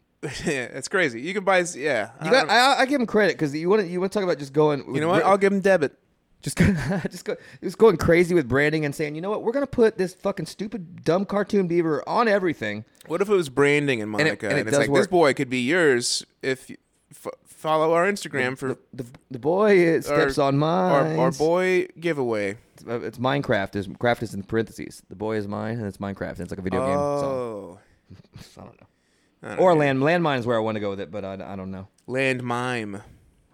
Speaker 1: yeah, that's crazy. You can buy. s- Yeah,
Speaker 2: You got,
Speaker 1: don't-
Speaker 2: I, I give him credit because you want to you want to talk about just going.
Speaker 1: you know what? I'll give him debit.
Speaker 2: just go, [LAUGHS] just go, just going crazy with branding and saying, you know what, we're gonna put this fucking stupid dumb cartoon beaver on everything.
Speaker 1: What if it was branding in
Speaker 2: it-
Speaker 1: Monica,
Speaker 2: and
Speaker 1: and,
Speaker 2: it
Speaker 1: it's
Speaker 2: does
Speaker 1: like this
Speaker 2: work.
Speaker 1: boy could be yours if you f- follow our Instagram for
Speaker 2: The, the boy
Speaker 1: our-
Speaker 2: steps on
Speaker 1: our,
Speaker 2: mine.
Speaker 1: our boy giveaway.
Speaker 2: It's, uh, it's Minecraft. Is craft is in parentheses. The boy is mine, and it's Minecraft. And it's like a video
Speaker 1: Oh,
Speaker 2: game. So I don't know.
Speaker 1: I don't
Speaker 2: Or
Speaker 1: know.
Speaker 2: land landmine is where I want to go with it, but I, I don't know.
Speaker 1: land mime.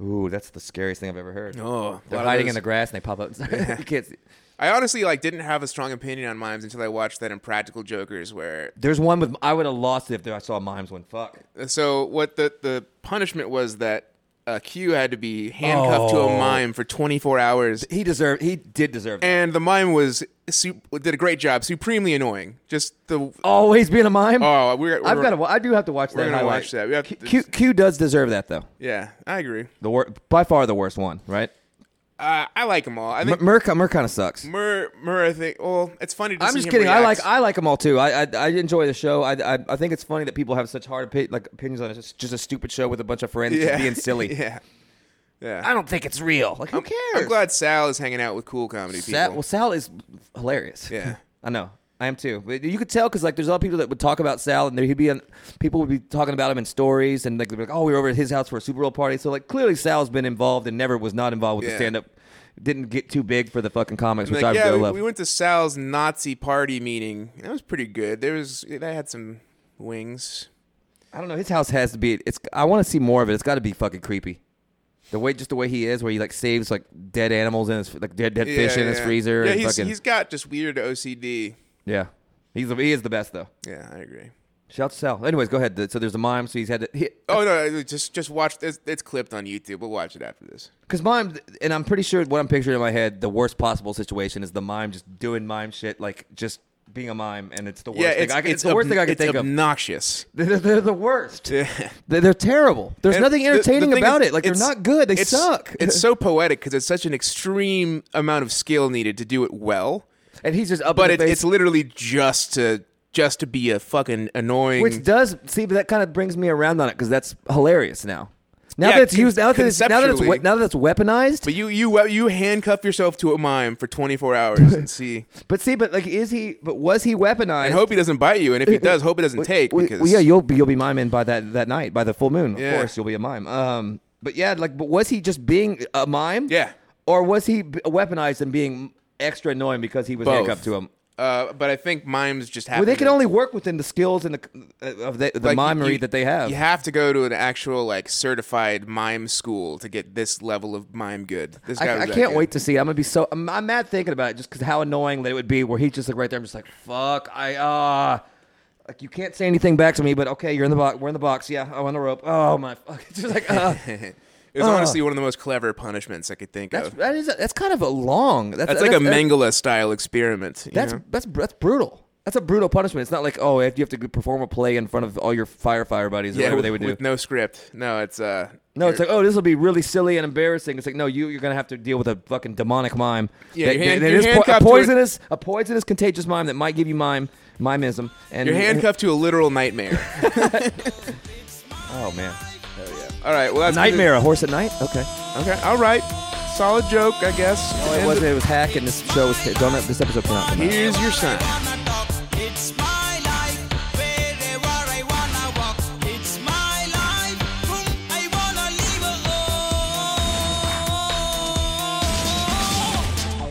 Speaker 2: Ooh, that's the scariest thing I've ever heard.
Speaker 1: Oh,
Speaker 2: They're
Speaker 1: a lot of
Speaker 2: hiding
Speaker 1: those-
Speaker 2: in the grass and they
Speaker 1: [LAUGHS]
Speaker 2: pop up. [LAUGHS] you can't see.
Speaker 1: I honestly like didn't have a strong opinion on mimes until I watched that Impractical Jokers where
Speaker 2: There's one with I would have lost it if I saw mimes one. Fuck.
Speaker 1: so what the the punishment was that uh, Q had to be handcuffed to
Speaker 2: Oh.
Speaker 1: a mime for 24 hours
Speaker 2: He deserved. He did deserve. That.
Speaker 1: and the mime was su- did a great job supremely annoying just the
Speaker 2: Always being a mime.
Speaker 1: oh we're, we're
Speaker 2: I've got to. I do have to watch that.
Speaker 1: we're gonna
Speaker 2: highlight.
Speaker 1: watch that. We have to-
Speaker 2: Q, Q does deserve that though.
Speaker 1: yeah I agree
Speaker 2: The wor- by far the worst one, right?
Speaker 1: uh, I like them all I
Speaker 2: M-
Speaker 1: think
Speaker 2: Murk, Murk kind of sucks.
Speaker 1: Mur Mur I think well it's funny to
Speaker 2: I'm
Speaker 1: see
Speaker 2: just
Speaker 1: him
Speaker 2: kidding. I
Speaker 1: [LAUGHS] react.
Speaker 2: like I like them all too. I I, I enjoy the show. I, I I think it's funny that people have such hard opi- like opinions on it. It's just a stupid show with a bunch of friends
Speaker 1: yeah
Speaker 2: just being silly.
Speaker 1: [LAUGHS] yeah yeah
Speaker 2: I don't think it's real. Like who cares?
Speaker 1: I'm glad Sal is hanging out with cool comedy
Speaker 2: Sal,
Speaker 1: people
Speaker 2: well, Sal is hilarious.
Speaker 1: Yeah.
Speaker 2: [LAUGHS] I know. I am too. But you could tell because like there's a lot of people that would talk about Sal, and there he'd be on, people would be talking about him in stories, and like they'd be like, "Oh, we were over at his house for a Super Bowl party." So like clearly Sal's been involved and never was not involved with
Speaker 1: Yeah.
Speaker 2: the stand up. Didn't get too big for the fucking comics, which
Speaker 1: like,
Speaker 2: I
Speaker 1: yeah,
Speaker 2: really
Speaker 1: we,
Speaker 2: love.
Speaker 1: we went to Sal's Nazi party meeting. That was pretty good. There was I had some wings.
Speaker 2: I don't know. His house has to be. It's. I want to see more of it. It's got to be fucking creepy. The way, just the way he is, where he like saves like dead animals in his like dead dead fish in his freezer.
Speaker 1: Yeah,
Speaker 2: and
Speaker 1: he's,
Speaker 2: fucking,
Speaker 1: he's got just weird OCD.
Speaker 2: yeah. He's the, he is the best though.
Speaker 1: Yeah, I agree.
Speaker 2: Shout to Sal. Anyways, go ahead. The- So there's a mime. So he's had to hit
Speaker 1: Oh no, no, just just watch. It's, it's clipped on YouTube. We'll watch it after this.
Speaker 2: because mime, and I'm pretty sure what I'm picturing in my head, the worst possible situation is the mime just doing mime shit, like just being a mime, and it's the worst.
Speaker 1: yeah,
Speaker 2: thing.
Speaker 1: it's,
Speaker 2: I can,
Speaker 1: it's,
Speaker 2: it's, the worst
Speaker 1: ob-
Speaker 2: thing I could
Speaker 1: it's
Speaker 2: think of.
Speaker 1: obnoxious.
Speaker 2: [LAUGHS] They're, they're the worst.
Speaker 1: Yeah.
Speaker 2: They're, they're terrible. There's
Speaker 1: And
Speaker 2: nothing
Speaker 1: the- the
Speaker 2: entertaining
Speaker 1: thing
Speaker 2: about
Speaker 1: is,
Speaker 2: it. Like they're
Speaker 1: it's-
Speaker 2: not good. They
Speaker 1: it's-
Speaker 2: suck.
Speaker 1: It's so poetic because it's such an extreme amount of skill needed to do it well.
Speaker 2: [LAUGHS] and he's just up.
Speaker 1: But
Speaker 2: in
Speaker 1: it's
Speaker 2: the face.
Speaker 1: it's literally just to just to be a fucking annoying.
Speaker 2: Which does see, but that kind of brings me around on it because that's hilarious now. Now
Speaker 1: Yeah,
Speaker 2: that it's
Speaker 1: con-
Speaker 2: used, now that it's, now that it's we-
Speaker 1: conceptually-
Speaker 2: now that it's weaponized.
Speaker 1: but you you you handcuff yourself to a mime for
Speaker 2: [LAUGHS]
Speaker 1: 24 hours and see
Speaker 2: But see, but like, is he? But was he weaponized?
Speaker 1: and hope he doesn't bite you. And if he does, hope it doesn't
Speaker 2: Well,
Speaker 1: take
Speaker 2: well,
Speaker 1: because
Speaker 2: well, yeah, you'll be you'll be miming by that that night by the full moon. Of
Speaker 1: Yeah.
Speaker 2: course, you'll be a mime. Um, but yeah, like, but was he just being a mime?
Speaker 1: Yeah.
Speaker 2: Or was he b- weaponized and being extra annoying because he was
Speaker 1: Both.
Speaker 2: handcuffed to him?
Speaker 1: Uh, but I think mimes just have.
Speaker 2: Well, they
Speaker 1: to-
Speaker 2: can only work within the skills and the uh, of the, the
Speaker 1: like,
Speaker 2: mimery
Speaker 1: you-
Speaker 2: that they have.
Speaker 1: You have to go to an actual like certified mime school to get this level of mime good. This guy
Speaker 2: I,
Speaker 1: was
Speaker 2: I
Speaker 1: that
Speaker 2: can't
Speaker 1: good.
Speaker 2: wait to see. I'm gonna be so. I'm, I'm mad thinking about it just because how annoying that it would be. Where he's just like right there. I'm just like, fuck. I ah. like you can't say anything back to me, but okay, you're in the box. We're in the box. Yeah, I'm on the rope. Oh my [LAUGHS] fuck. It's just like uh,
Speaker 1: It was honestly one of the most clever punishments I could think
Speaker 2: that's
Speaker 1: of.
Speaker 2: that is that's kind of a long. That's,
Speaker 1: That's like a
Speaker 2: that's-
Speaker 1: Mengele style experiment. you
Speaker 2: That's
Speaker 1: know?
Speaker 2: that's that's brutal. That's a brutal punishment. It's not like oh, if you have to perform a play in front of all your firefighter buddies or
Speaker 1: yeah,
Speaker 2: whatever
Speaker 1: with,
Speaker 2: they would do.
Speaker 1: with no script. No, it's uh,
Speaker 2: No, it's
Speaker 1: you're-
Speaker 2: like, oh, this will be really silly and embarrassing. It's like, no, you you're gonna have to deal with a fucking demonic mime.
Speaker 1: Yeah,
Speaker 2: that,
Speaker 1: you're hand-
Speaker 2: that
Speaker 1: you're
Speaker 2: is po-
Speaker 1: handcuffed
Speaker 2: a
Speaker 1: to a-
Speaker 2: poisonous, a poisonous, contagious mime that might give you mime mimeism. And
Speaker 1: you're handcuffed to a literal nightmare.
Speaker 2: [LAUGHS] Oh man,
Speaker 1: All right, well that's gonna-
Speaker 2: nightmare, a horse at night. Okay,
Speaker 1: Okay, all right, solid joke, I guess.
Speaker 2: no, it
Speaker 1: And
Speaker 2: wasn't. It was hack, and this show was don't this episode cannot come out.
Speaker 1: Here's your sign.
Speaker 6: It's my life, wherever I wanna walk. It's my life, whom I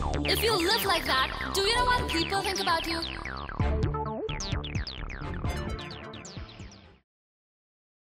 Speaker 6: wanna live alone.
Speaker 7: If you live like that, do you know what people think about you?